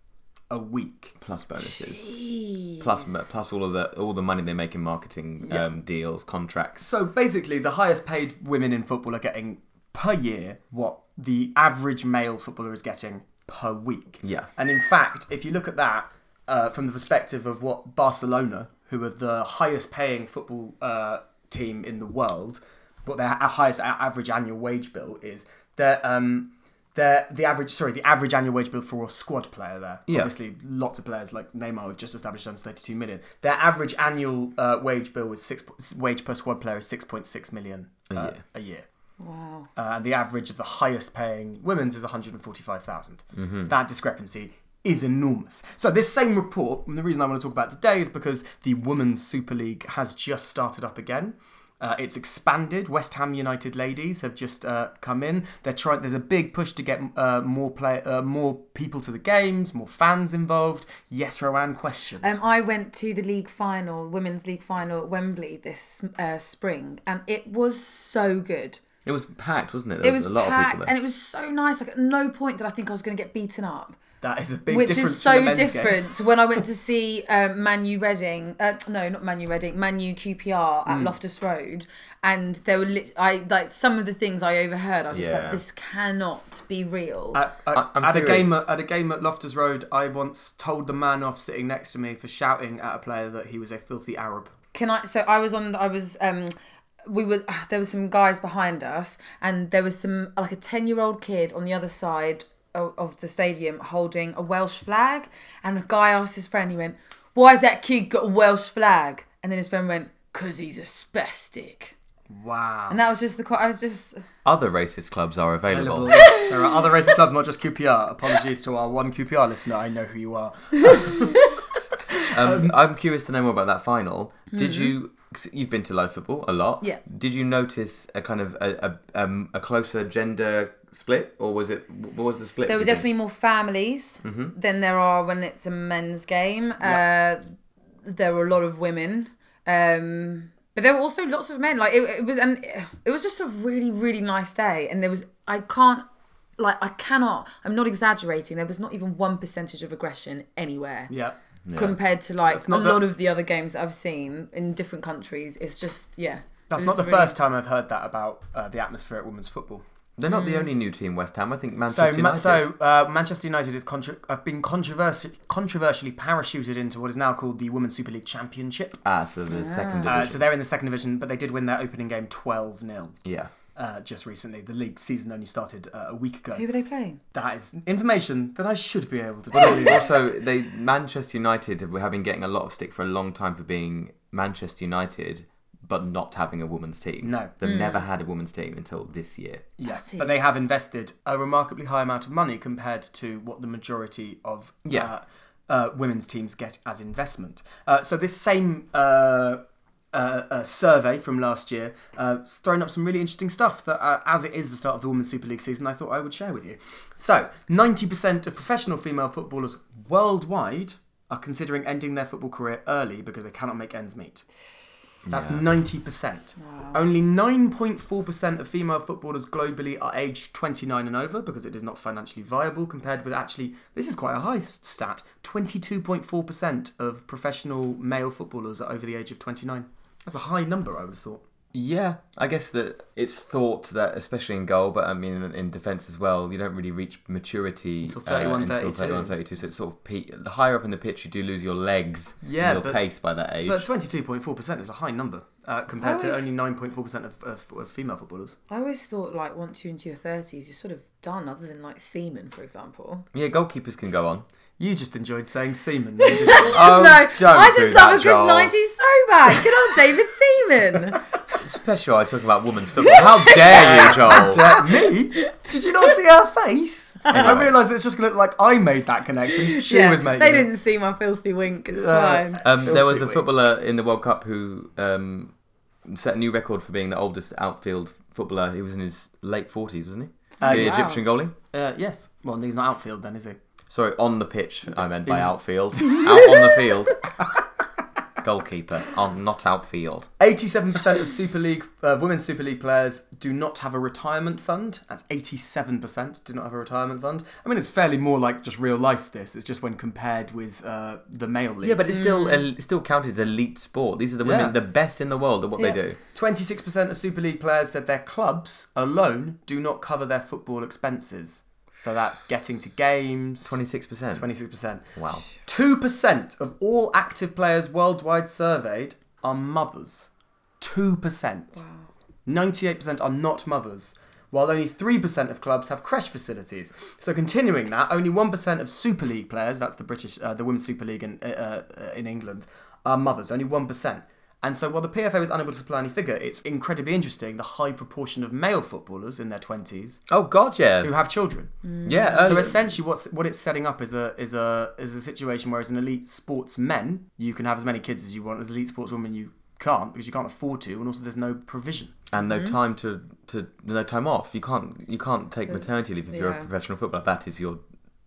Speaker 1: a week.
Speaker 2: Plus bonuses. Plus mo- plus all of the all the money they make in marketing um, deals, contracts.
Speaker 1: So basically, the highest paid women in football are getting per year what the average male footballer is getting per week.
Speaker 2: Yeah.
Speaker 1: And in fact, if you look at that uh, from the perspective of what Barcelona, who are the highest paying football uh, team in the world, what their a- highest a- average annual wage bill is, their um, their the average sorry the average annual wage bill for a squad player there.
Speaker 2: Yeah.
Speaker 1: Obviously, lots of players like Neymar have just established earns thirty two million. Their average annual uh, wage bill is six po- wage per squad player is six point six million uh,
Speaker 2: year.
Speaker 1: a year
Speaker 3: wow.
Speaker 1: uh, and the average of the highest paying women's is 145,000. That discrepancy is enormous. So, this same report, and the reason I want to talk about it today is because the Women's Super League has just started up again. Uh, it's expanded. West Ham United ladies have just uh, come in. They're trying. There's a big push to get uh, more play, uh, more people to the games, more fans involved. Yes, Rowan. Question.
Speaker 3: Um, I went to the league final, women's league final at Wembley this uh, spring, and it was so good.
Speaker 2: It was packed, wasn't it? There
Speaker 3: It was
Speaker 2: a lot
Speaker 3: packed,
Speaker 2: of people
Speaker 3: and
Speaker 2: there.
Speaker 3: it was so nice. Like at no point did I think I was going to get beaten up.
Speaker 1: that is a big
Speaker 3: which
Speaker 1: difference.
Speaker 3: is
Speaker 1: from the
Speaker 3: so
Speaker 1: men's game.
Speaker 3: different to when I went to see um, Manu Reading. Uh, no, not Manu Reading. Manu QPR
Speaker 1: Hmm.
Speaker 3: at Loftus Road, and there were lit- I like some of the things I overheard. I was just
Speaker 2: Yeah.
Speaker 3: like, this cannot be real.
Speaker 1: At,
Speaker 2: I-
Speaker 1: at,
Speaker 2: I'm
Speaker 1: at a
Speaker 2: curious.
Speaker 1: game at, at a game at Loftus Road, I once told the man off sitting next to me for shouting at a player that he was a filthy Arab.
Speaker 3: Can I? So I was on. I was. um we were there were some guys behind us and there was some like a 10 year old kid on the other side of, of the stadium holding a welsh flag and a guy asked his friend he went why's that kid got a welsh flag and then his friend went because he's a spastic
Speaker 1: Wow.
Speaker 3: And that was just the. qu- I was just.
Speaker 2: Other racist clubs are available.
Speaker 1: there are other racist clubs, not just QPR. Apologies to our one QPR listener. I know who you are.
Speaker 2: Um, I'm curious to know more about that final. Did you? Cause you've been to live football a lot.
Speaker 3: Yeah.
Speaker 2: Did you notice a kind of a a, um, a closer gender split, or was it? What was the split?
Speaker 3: There
Speaker 2: do
Speaker 3: were
Speaker 2: you think?
Speaker 3: definitely more families
Speaker 1: Mm-hmm.
Speaker 3: than there are when it's a men's game. Uh, there were a lot of women, um, but there were also lots of men. Like it, it was, and it was just a really, really nice day. And there was, I can't, like, I cannot. I'm not exaggerating. There was not even one percentage of aggression anywhere.
Speaker 1: Yeah.
Speaker 3: Compared to like a
Speaker 1: not the-
Speaker 3: lot of the other games that I've seen in different countries, it's just yeah.
Speaker 1: That's
Speaker 3: It
Speaker 1: not the
Speaker 3: was really-
Speaker 1: first time I've heard that about uh, the atmosphere at women's football.
Speaker 2: They're not the only new team. West Ham. I think
Speaker 1: So,
Speaker 2: Manchester
Speaker 1: Ma-
Speaker 2: United.
Speaker 1: so uh, Manchester United has contro- have been controversi- controversially parachuted into what is now called the Women's Super League Championship.
Speaker 2: ah, so the second division.
Speaker 1: Uh, so they're in the second division, but they did win their opening game 12 0
Speaker 2: yeah.
Speaker 1: uh, just recently. The league season only started uh, a week ago.
Speaker 3: Who were they playing?
Speaker 1: That is information that I should be able to tell
Speaker 2: Well,
Speaker 1: you.
Speaker 2: also, they Manchester United have have been getting a lot of stick for a long time for being Manchester United, but not having a women's team.
Speaker 1: No.
Speaker 2: they've never had a women's team until this year.
Speaker 1: Yes,
Speaker 3: That
Speaker 1: but they
Speaker 3: is-
Speaker 1: have invested a remarkably high amount of money compared to what the majority of
Speaker 2: Yeah.
Speaker 1: uh, uh, women's teams get as investment. Uh, so this same uh, uh, uh, survey from last year, uh, it's thrown up some really interesting stuff that, uh, as it is the start of the Women's Super League season, I thought I would share with you. So, 90% of professional female footballers worldwide are considering ending their football career early because they cannot make ends meet. That's 90%. Only 9.4% of female footballers globally are aged 29 and over because it is not financially viable, compared with actually, this is quite a high s- stat 22.4% of professional male footballers are over the age of 29. That's a high number, I would have thought.
Speaker 2: Yeah, I guess that it's thought that, especially in goal, but I mean in, in defence as well, you don't really reach maturity uh,
Speaker 1: Until 31,
Speaker 2: until
Speaker 1: 32.
Speaker 2: 31, 32. So it's sort of pe- the higher up in the pitch you do lose your legs, and
Speaker 1: Yeah,
Speaker 2: your
Speaker 1: but-
Speaker 2: pace by that age.
Speaker 1: But 22.4% is a high number uh, compared to
Speaker 3: I always-
Speaker 1: only 9.4% of, of, of female footballers.
Speaker 6: I always thought like once you're into your thirties, you're sort of done. Other than like seamen, for example.
Speaker 2: yeah, goalkeepers can go on.
Speaker 1: You just enjoyed saying semen. then, didn't you?
Speaker 2: Oh,
Speaker 3: no,
Speaker 2: don't
Speaker 3: I
Speaker 2: do
Speaker 3: just
Speaker 2: that,
Speaker 3: love a good
Speaker 2: Joel.
Speaker 3: 90s throwback. Good old David Seaman.
Speaker 2: Special, I'm talking about women's football. How dare you, Joel?
Speaker 1: Uh, me? Did you not see her face? I
Speaker 2: Anyway.
Speaker 1: realised it's just going to look like I made that connection. She
Speaker 3: Yeah,
Speaker 1: was making
Speaker 3: they
Speaker 1: it.
Speaker 3: didn't see my filthy wink. It's
Speaker 1: Uh,
Speaker 3: fine.
Speaker 2: Um, there was a
Speaker 1: Filthy
Speaker 2: footballer in the World Cup who um, set a new record for being the oldest outfield footballer. He was in his late 40s, wasn't he?
Speaker 1: Uh,
Speaker 2: the
Speaker 1: yeah.
Speaker 2: Egyptian goalie.
Speaker 1: Uh, yes. Well, he's not outfield then, is he?
Speaker 2: Sorry, on the pitch, I meant by
Speaker 1: was-
Speaker 2: outfield. out on the field. Goalkeeper, on not outfield.
Speaker 1: 87% of Super League, uh, women's Super League players do not have a retirement fund. That's 87% do not have a retirement fund. I mean, it's fairly more like just real life, this. It's just when compared with uh, the male league.
Speaker 2: Yeah, but it's still it's still counted as elite sport. These are the women,
Speaker 1: Yeah.
Speaker 2: the best in the world at what
Speaker 1: Yeah.
Speaker 2: they do.
Speaker 1: 26% of Super League players said their clubs alone do not cover their football expenses. So that's getting to games.
Speaker 2: 26%.
Speaker 1: 26%.
Speaker 2: Wow.
Speaker 1: 2% of all active players worldwide surveyed are mothers. 2%. 98% are not mothers, while only 3% of clubs have creche facilities. So continuing that, only 1% of Super League players, that's the British uh, the Women's Super League in uh, uh, in England, are mothers, only 1%. And so while the PFA was unable to supply any figure, it's incredibly interesting the high proportion of male footballers in their 20s
Speaker 2: Oh, God, yeah.
Speaker 1: who have children.
Speaker 2: Yeah, uh,
Speaker 1: So essentially, what's what it's setting up is a is a is a situation where as an elite sportsman, you can have as many kids as you want. As elite sportswoman, you can't because you can't afford to, and also there's no provision.
Speaker 2: and no time to, to no time off. You can't you can't take maternity leave if you're a
Speaker 6: yeah.
Speaker 2: professional footballer. That is your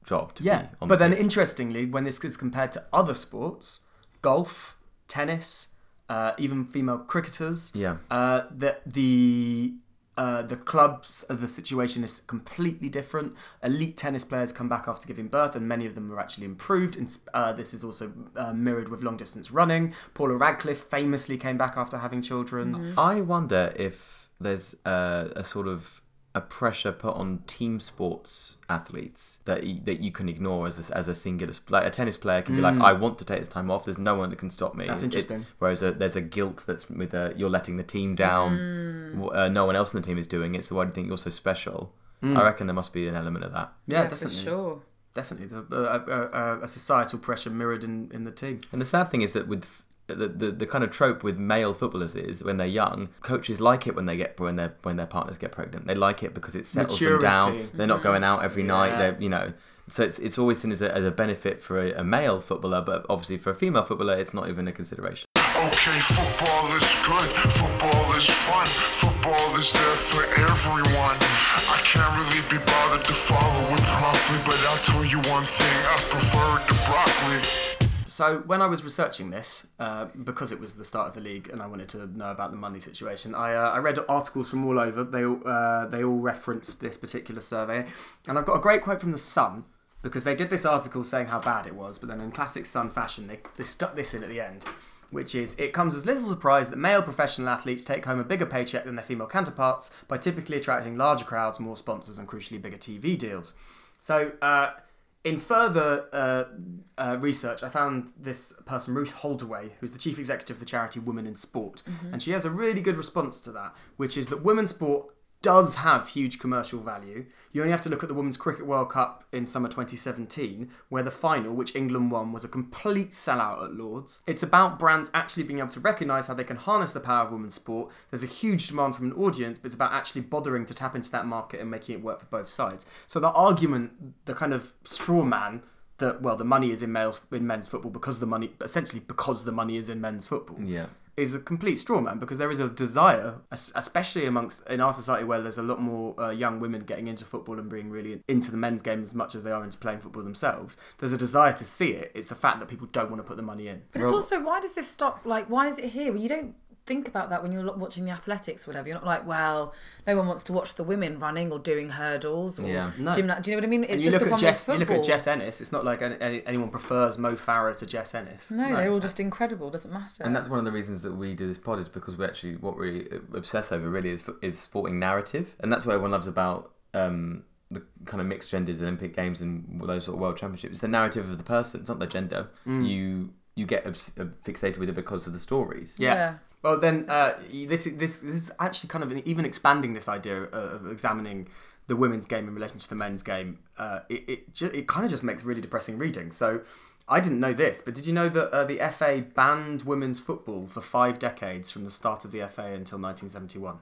Speaker 2: job. To
Speaker 1: Yeah,
Speaker 2: be on
Speaker 1: but
Speaker 2: the
Speaker 1: then
Speaker 2: pitch.
Speaker 1: interestingly, when this is compared to other sports, golf, tennis, uh, even female cricketers,
Speaker 2: yeah,
Speaker 1: uh, the the uh, the clubs uh, the situation is completely different. Elite tennis players come back after giving birth, and many of them are actually improved. And uh, this is also uh, mirrored with long distance running. Paula Radcliffe famously came back after having children.
Speaker 6: Mm.
Speaker 2: I wonder if there's a, a sort of a pressure put on team sports athletes that you, that you can ignore as a, as a singular sp- like a tennis player can be like I want to take this time off. There's no one that can stop me.
Speaker 1: Mm. That's
Speaker 2: It-
Speaker 1: interesting.
Speaker 2: whereas a, there's a guilt that's with a, you're letting the team down.
Speaker 1: Mm.
Speaker 3: Mm.
Speaker 2: W Uh, no one else in the team is doing it, so why do you think you're so special?
Speaker 1: Mm.
Speaker 2: I reckon there must be an element of that.
Speaker 1: Yeah,
Speaker 6: for
Speaker 1: definitely,
Speaker 6: sure.
Speaker 1: definitely, the, uh, uh, uh, a societal pressure mirrored in, in the team.
Speaker 2: And the sad thing is that with f- the, the the kind of trope with male footballers is when they're young, coaches like it when they get when their when their partners get pregnant. They like it because it settles
Speaker 1: Maturity. Mm-hmm.
Speaker 2: them down. They're not going out every night.
Speaker 1: Yeah.
Speaker 2: They're you know. So it's, it's always seen as a, as a benefit for a, a male footballer, but obviously for a female footballer, it's not even a consideration.
Speaker 7: Okay, football is good, football is fun, football is there for everyone. I can't really be bothered to follow it promptly, but I'll tell you one thing, I prefer it to broccoli.
Speaker 1: So when I was researching this, uh, because it was the start of the league and I wanted to know about the money situation, I, uh, I read articles from all over. They all, uh, they all referenced this particular survey, and I've got a great quote from the Sun because they did this article saying how bad it was, but then in classic Sun fashion, they, they stuck this in at the end, which is it comes as little surprise that male professional athletes take home a bigger paycheck than their female counterparts by typically attracting larger crowds, more sponsors, and crucially bigger TV deals. So. Uh, in further uh, uh, research, I found this person, Ruth Holdaway, who's the chief executive of the charity Women in Sport. And she has a really good response to that, which is that women's sport does have huge commercial value. You only have to look at the Women's Cricket World Cup in summer 2017, where the final, which England won, was a complete sellout at Lords. It's about brands actually being able to recognise how they can harness the power of women's sport. There's a huge demand from an audience, but it's about actually bothering to tap into that market and making it work for both sides. So the argument, the kind of straw man that well, the money is in males in men's football because the money essentially because the money is in men's football
Speaker 2: Yeah.
Speaker 1: is a complete straw man because there is a desire, es- especially amongst in our society where there's a lot more uh, young women getting into football and being really into the men's game as much as they are into playing football themselves. There's a desire to see it. It's the fact that people don't want to put the money in.
Speaker 3: But it's also why does this stop? Like, why is it here? Well, you don't think about that when you're lo- watching the athletics or whatever. You're not like, well, no one wants to watch the women running or doing hurdles or
Speaker 2: Yeah.
Speaker 1: No.
Speaker 3: gymna- Do you know what I mean? It's
Speaker 1: And you
Speaker 3: just
Speaker 1: look at
Speaker 3: become
Speaker 1: Jess.
Speaker 3: this
Speaker 1: You look
Speaker 3: football.
Speaker 1: at Jess Ennis. It's not like any, any, anyone prefers Mo Farah to Jess Ennis.
Speaker 3: No, they're all just incredible. Doesn't matter.
Speaker 2: And that's one of the reasons that we do this pod is because we actually what we obsess over really is is sporting narrative, and that's what everyone loves about um, the kind of mixed genders Olympic games and those sort of world championships. It's the narrative of the person, it's not their gender.
Speaker 1: Mm.
Speaker 2: You you get obs- uh, fixated with it because of the stories.
Speaker 1: Yeah.
Speaker 3: Yeah.
Speaker 1: Well, then uh, y- this is- this this is actually kind of an- even expanding this idea of of examining the women's game in relation to the men's game. Uh, it it, ju- it kind of just makes really depressing reading. So. I didn't know this, but did you know that uh, the FA banned women's football for five decades from the start of the FA until 1971?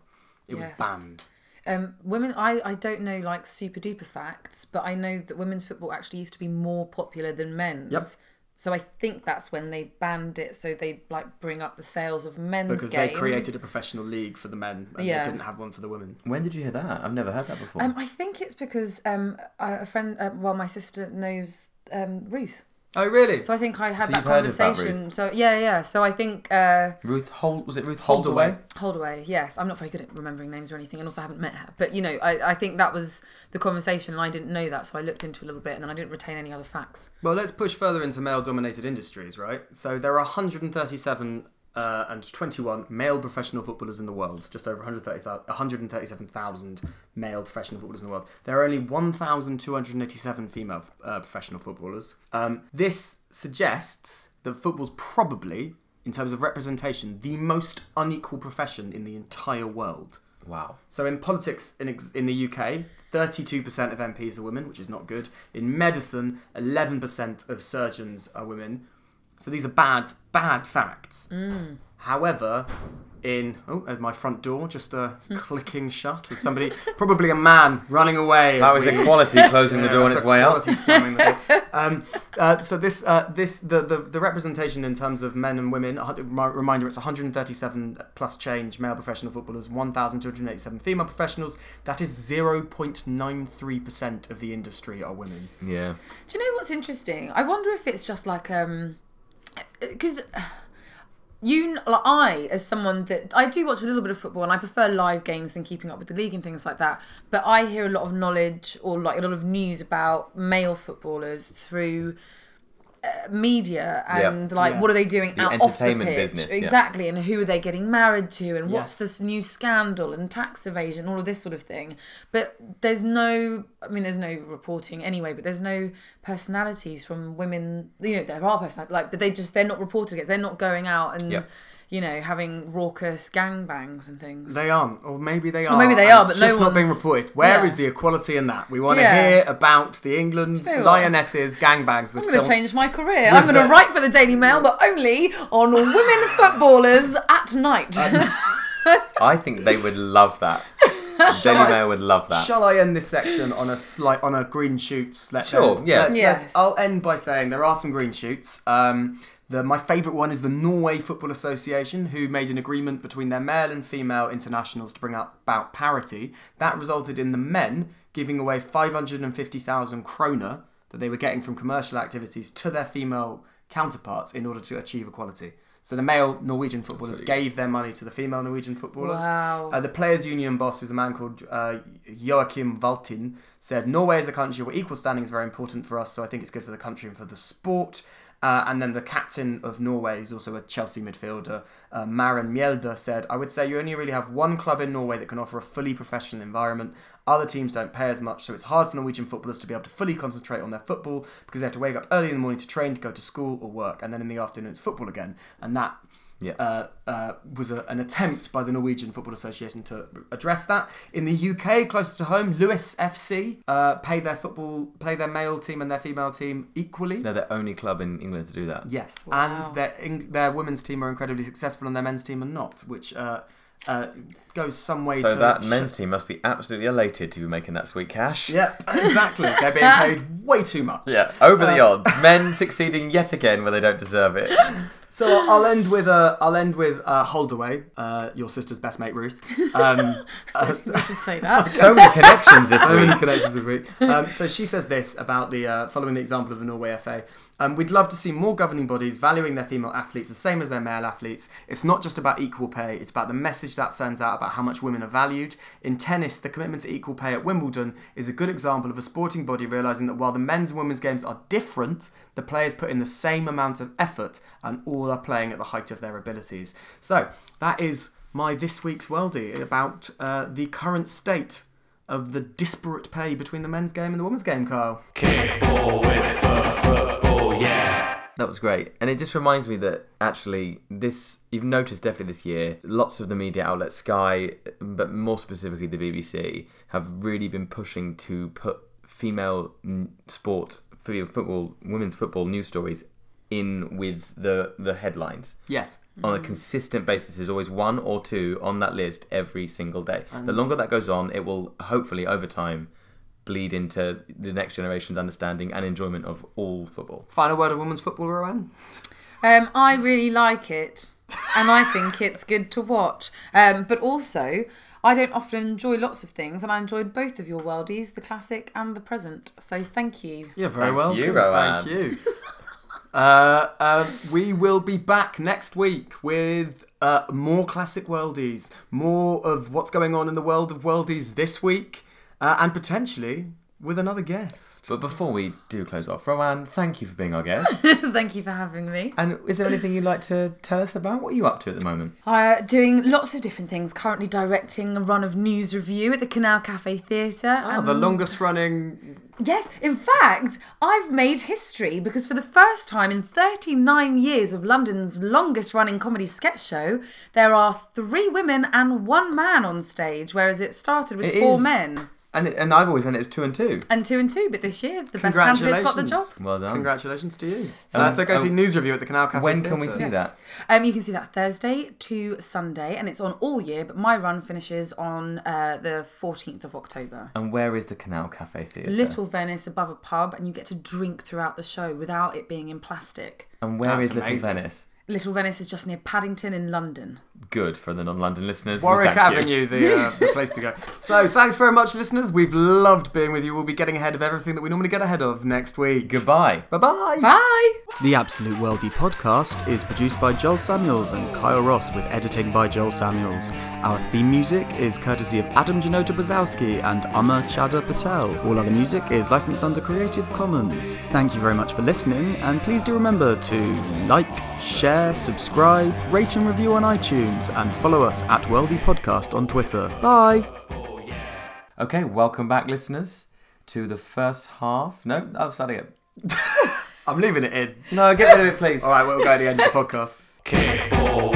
Speaker 1: It was
Speaker 3: Yes.
Speaker 1: banned.
Speaker 3: Um, women, I, I don't know like super duper facts, but I know that women's football actually used to be more popular than men's.
Speaker 1: Yep.
Speaker 3: So I think that's when they banned it, so they like bring up the sales of men's
Speaker 1: Because
Speaker 3: games.
Speaker 1: they created a professional league for the men and
Speaker 3: Yeah.
Speaker 1: they didn't have one for the women.
Speaker 2: When did you hear that? I've never heard that before.
Speaker 3: Um, I think it's because um, I- a friend, uh, well, my sister knows um, Ruth,
Speaker 1: Oh, really?
Speaker 3: so I think I had
Speaker 2: So
Speaker 3: that
Speaker 2: you've heard of that
Speaker 3: conversation.
Speaker 2: Ruth?
Speaker 3: So yeah, yeah. So I think uh,
Speaker 2: Ruth Holt was it Ruth
Speaker 1: Holdaway?
Speaker 2: Holdaway?
Speaker 3: Holdaway, yes. I'm not very good at remembering names or anything, and also I haven't met her. But you know, I, I think that was the conversation, and I didn't know that, so I looked into it a little bit, and then I didn't retain any other facts.
Speaker 1: Well, let's push further into male dominated industries, right? So there are 137 uh, and 21 male professional footballers in the world, just over 130,000 137,000 male professional footballers in the world. There are only 1,287 female uh, professional footballers. Um, this suggests that football's probably, in terms of representation, the most unequal profession in the entire world.
Speaker 2: Wow.
Speaker 1: So in politics in, ex- in the UK, 32% of MPs are women, which is not good. In medicine, 11% of surgeons are women. So these are bad, bad facts. However, in oh, there's my front door just uh, clicking shut. Is somebody probably a man running away?
Speaker 2: That
Speaker 1: as
Speaker 2: was
Speaker 1: we-
Speaker 2: equality closing the door on
Speaker 1: that's
Speaker 2: its
Speaker 1: a
Speaker 2: way out.
Speaker 1: quality slamming the door. Um, uh, so this, uh, this, the, the the representation in terms of men and women. a hun- remi- Reminder: it's 137 plus change male professional footballers, 1,287 female professionals. That is 0.93 percent of the industry are women.
Speaker 2: Yeah.
Speaker 3: Do you know what's interesting? I wonder if it's just like um, because you, like I, as someone that I do watch a little bit of football and I prefer live games than keeping up with the league and things like that. But I hear a lot of knowledge or like a lot of news about male footballers through. uh, Media
Speaker 2: Yeah.
Speaker 3: and like,
Speaker 1: Yeah.
Speaker 3: what are they doing
Speaker 2: The
Speaker 3: out off the
Speaker 2: entertainment
Speaker 3: pitch?
Speaker 2: business, yeah.
Speaker 3: exactly, and who are they getting married to, and
Speaker 1: Yes.
Speaker 3: what's this new scandal and tax evasion, all of this sort of thing. But there's no, I mean, there's no reporting anyway. But there's no personalities from women. You know, there are personalities, like, but they just they're not reporting it. They're not going out and
Speaker 2: Yeah.
Speaker 3: you know having raucous gangbangs and things.
Speaker 1: They aren't, or maybe they are.
Speaker 3: maybe they
Speaker 1: and
Speaker 3: are,
Speaker 1: it's
Speaker 3: but no
Speaker 1: just not being
Speaker 3: one's-
Speaker 1: reported. Where is
Speaker 3: Yeah.
Speaker 1: the equality in that? We want to
Speaker 3: Yeah.
Speaker 1: hear about the England
Speaker 3: know what?
Speaker 1: lionesses gangbangs with
Speaker 3: I'm going
Speaker 1: film-
Speaker 3: to change my career. I'm going to write for the Daily Mail, but only on women footballers at night.
Speaker 2: I think they would love that. Daily Mail would love that.
Speaker 1: Shall I end this section on a slight on a green shoots? Let,
Speaker 2: Sure,
Speaker 1: us
Speaker 2: yeah.
Speaker 1: Let's, let's-
Speaker 3: Yes.
Speaker 1: I'll end by saying there are some green shoots. Um, the, my favourite one is the Norway Football Association, who made an agreement between their male and female internationals to bring up about parity. That resulted in the men giving away 550,000 kroner that they were getting from commercial activities to their female counterparts in order to achieve equality. So the male Norwegian footballers gave their money to the female Norwegian footballers.
Speaker 3: Wow.
Speaker 1: Uh, the players' union boss, who's a man called uh, Joachim Valtin, said Norway is a country where equal standing is very important for us, so I think it's good for the country and for the sport. Uh, and then the captain of Norway, who's also a Chelsea midfielder, uh, Maren Mjelde, said, I would say you only really have one club in Norway that can offer a fully professional environment. Other teams don't pay as much, so it's hard for Norwegian footballers to be able to fully concentrate on their football because they have to wake up early in the morning to train, to go to school or work, and then in the afternoon it's football again. And that
Speaker 2: Yeah.
Speaker 1: uh, uh, was a, an attempt by the Norwegian Football Association to address that. In the UK, closer to home, Lewis FC uh, pay their football, play their male team and their female team equally.
Speaker 2: They're the only club in England to do that.
Speaker 1: Yes,
Speaker 3: Wow.
Speaker 1: and their Eng- their women's team are incredibly successful, and their men's team are not, which uh, uh, goes some way
Speaker 2: So
Speaker 1: to
Speaker 2: that men's team must be absolutely elated to be making that sweet cash.
Speaker 1: Yep, exactly. They're being paid way too much.
Speaker 2: Uh, Yeah, over the odds. Men succeeding yet again where they don't deserve it.
Speaker 1: So I'll- I'll end with uh, I'll end with uh, Holdaway, uh, your sister's best mate Ruth. Um,
Speaker 3: I should say that.
Speaker 2: So many connections this
Speaker 1: so many
Speaker 2: week.
Speaker 1: connections this week. Um, so she says this about the uh, following the example of the Norway FA. Um, we'd love to see more governing bodies valuing their female athletes the same as their male athletes. It's not just about equal pay; it's about the message that sends out about how much women are valued. In tennis, the commitment to equal pay at Wimbledon is a good example of a sporting body realizing that while the men's and women's games are different, the players put in the same amount of effort, and all are playing at the height of their abilities. So that is my this week's worldie about uh, the current state of the disparate pay between the men's game and the women's game, Carl.
Speaker 8: Kickball with foot football, yeah.
Speaker 2: That was great. And it just reminds me that actually, this, you've noticed definitely this year, lots of the media outlets, Sky, but more specifically the BBC, have really been pushing to put female n- sport, fe- football, women's football news stories in with the, the headlines.
Speaker 1: Yes.
Speaker 2: on a consistent basis there's always one or two on that list every single day the longer that goes on it will hopefully over time bleed into the next generation's understanding and enjoyment of all football
Speaker 1: Final word of women's football, Rowan.
Speaker 3: Um, I really like it, and I think it's good to watch. Um, but also, I don't often enjoy lots of things, and I enjoyed both of your worldies, the classic and the present. So thank you.
Speaker 1: Yeah, very
Speaker 2: Thank
Speaker 1: well.
Speaker 2: you, Rowan.
Speaker 1: Thank you. uh, um, we will be back next week with uh, more classic worldies, more of what's going on in the world of worldies this week, uh, and potentially with another guest.
Speaker 2: but before we do close off rowan thank you for being our guest
Speaker 3: thank you for having me.
Speaker 2: and is there anything you'd like to tell us about what are you up to at the moment
Speaker 3: Uh, doing lots of different things. Currently directing a run of news review at the Canal Cafe Theatre.
Speaker 1: Ah,
Speaker 3: and-
Speaker 1: the longest running.
Speaker 3: Yes, in fact, I've made history because for the first time in 39 years of London's longest running comedy sketch show, there are three women and one man on stage, whereas it started with
Speaker 2: It
Speaker 3: four
Speaker 2: is.
Speaker 3: men
Speaker 2: and, and i've always done it as two and two
Speaker 3: and two and two. But this year, the best candidate's got the job.
Speaker 1: Congratulations.
Speaker 2: well done
Speaker 1: Congratulations to you. Uh, So
Speaker 2: Um,
Speaker 1: that's okay.
Speaker 2: um,
Speaker 1: news review at the Canal Cafe.
Speaker 2: when can we
Speaker 1: Theatre.
Speaker 2: see that
Speaker 3: Um, you can see that Thursday to Sunday, and it's on all year, but my run finishes on uh, the 14th of October.
Speaker 2: and where is the canal cafe theatre
Speaker 3: Little Venice above a pub, and you get to drink throughout the show without it being in plastic.
Speaker 2: and where
Speaker 1: That's
Speaker 2: is little
Speaker 1: amazing.
Speaker 2: venice
Speaker 3: Little Venice is just near Paddington in London.
Speaker 2: good for the non-london listeners We
Speaker 1: Warwick
Speaker 2: thank you.
Speaker 1: Avenue, the, uh, the place to go. So, thanks very much, listeners. We've loved being with you. We'll be getting ahead of everything that we normally get ahead of next week.
Speaker 2: goodbye
Speaker 1: Bye-bye.
Speaker 3: Bye!
Speaker 9: The Absolute Worldie podcast is produced by Joel Samuels and Kyle Ross with editing by Joel Samuels. Our theme music is courtesy of Adam Janota Bazowski and Amma Chadha Patel. All other music is licensed under Creative Commons. Thank you very much for listening, and please do remember to like, share, subscribe, rate and review on iTunes, and follow us at Worldie Podcast on Twitter. Bye!
Speaker 2: Okay, welcome back, listeners, to the first half. No, I'm starting it.
Speaker 1: I'm leaving it in.
Speaker 2: No, get rid of it, please.
Speaker 1: All right, we'll go at the end of the podcast.
Speaker 8: Kickball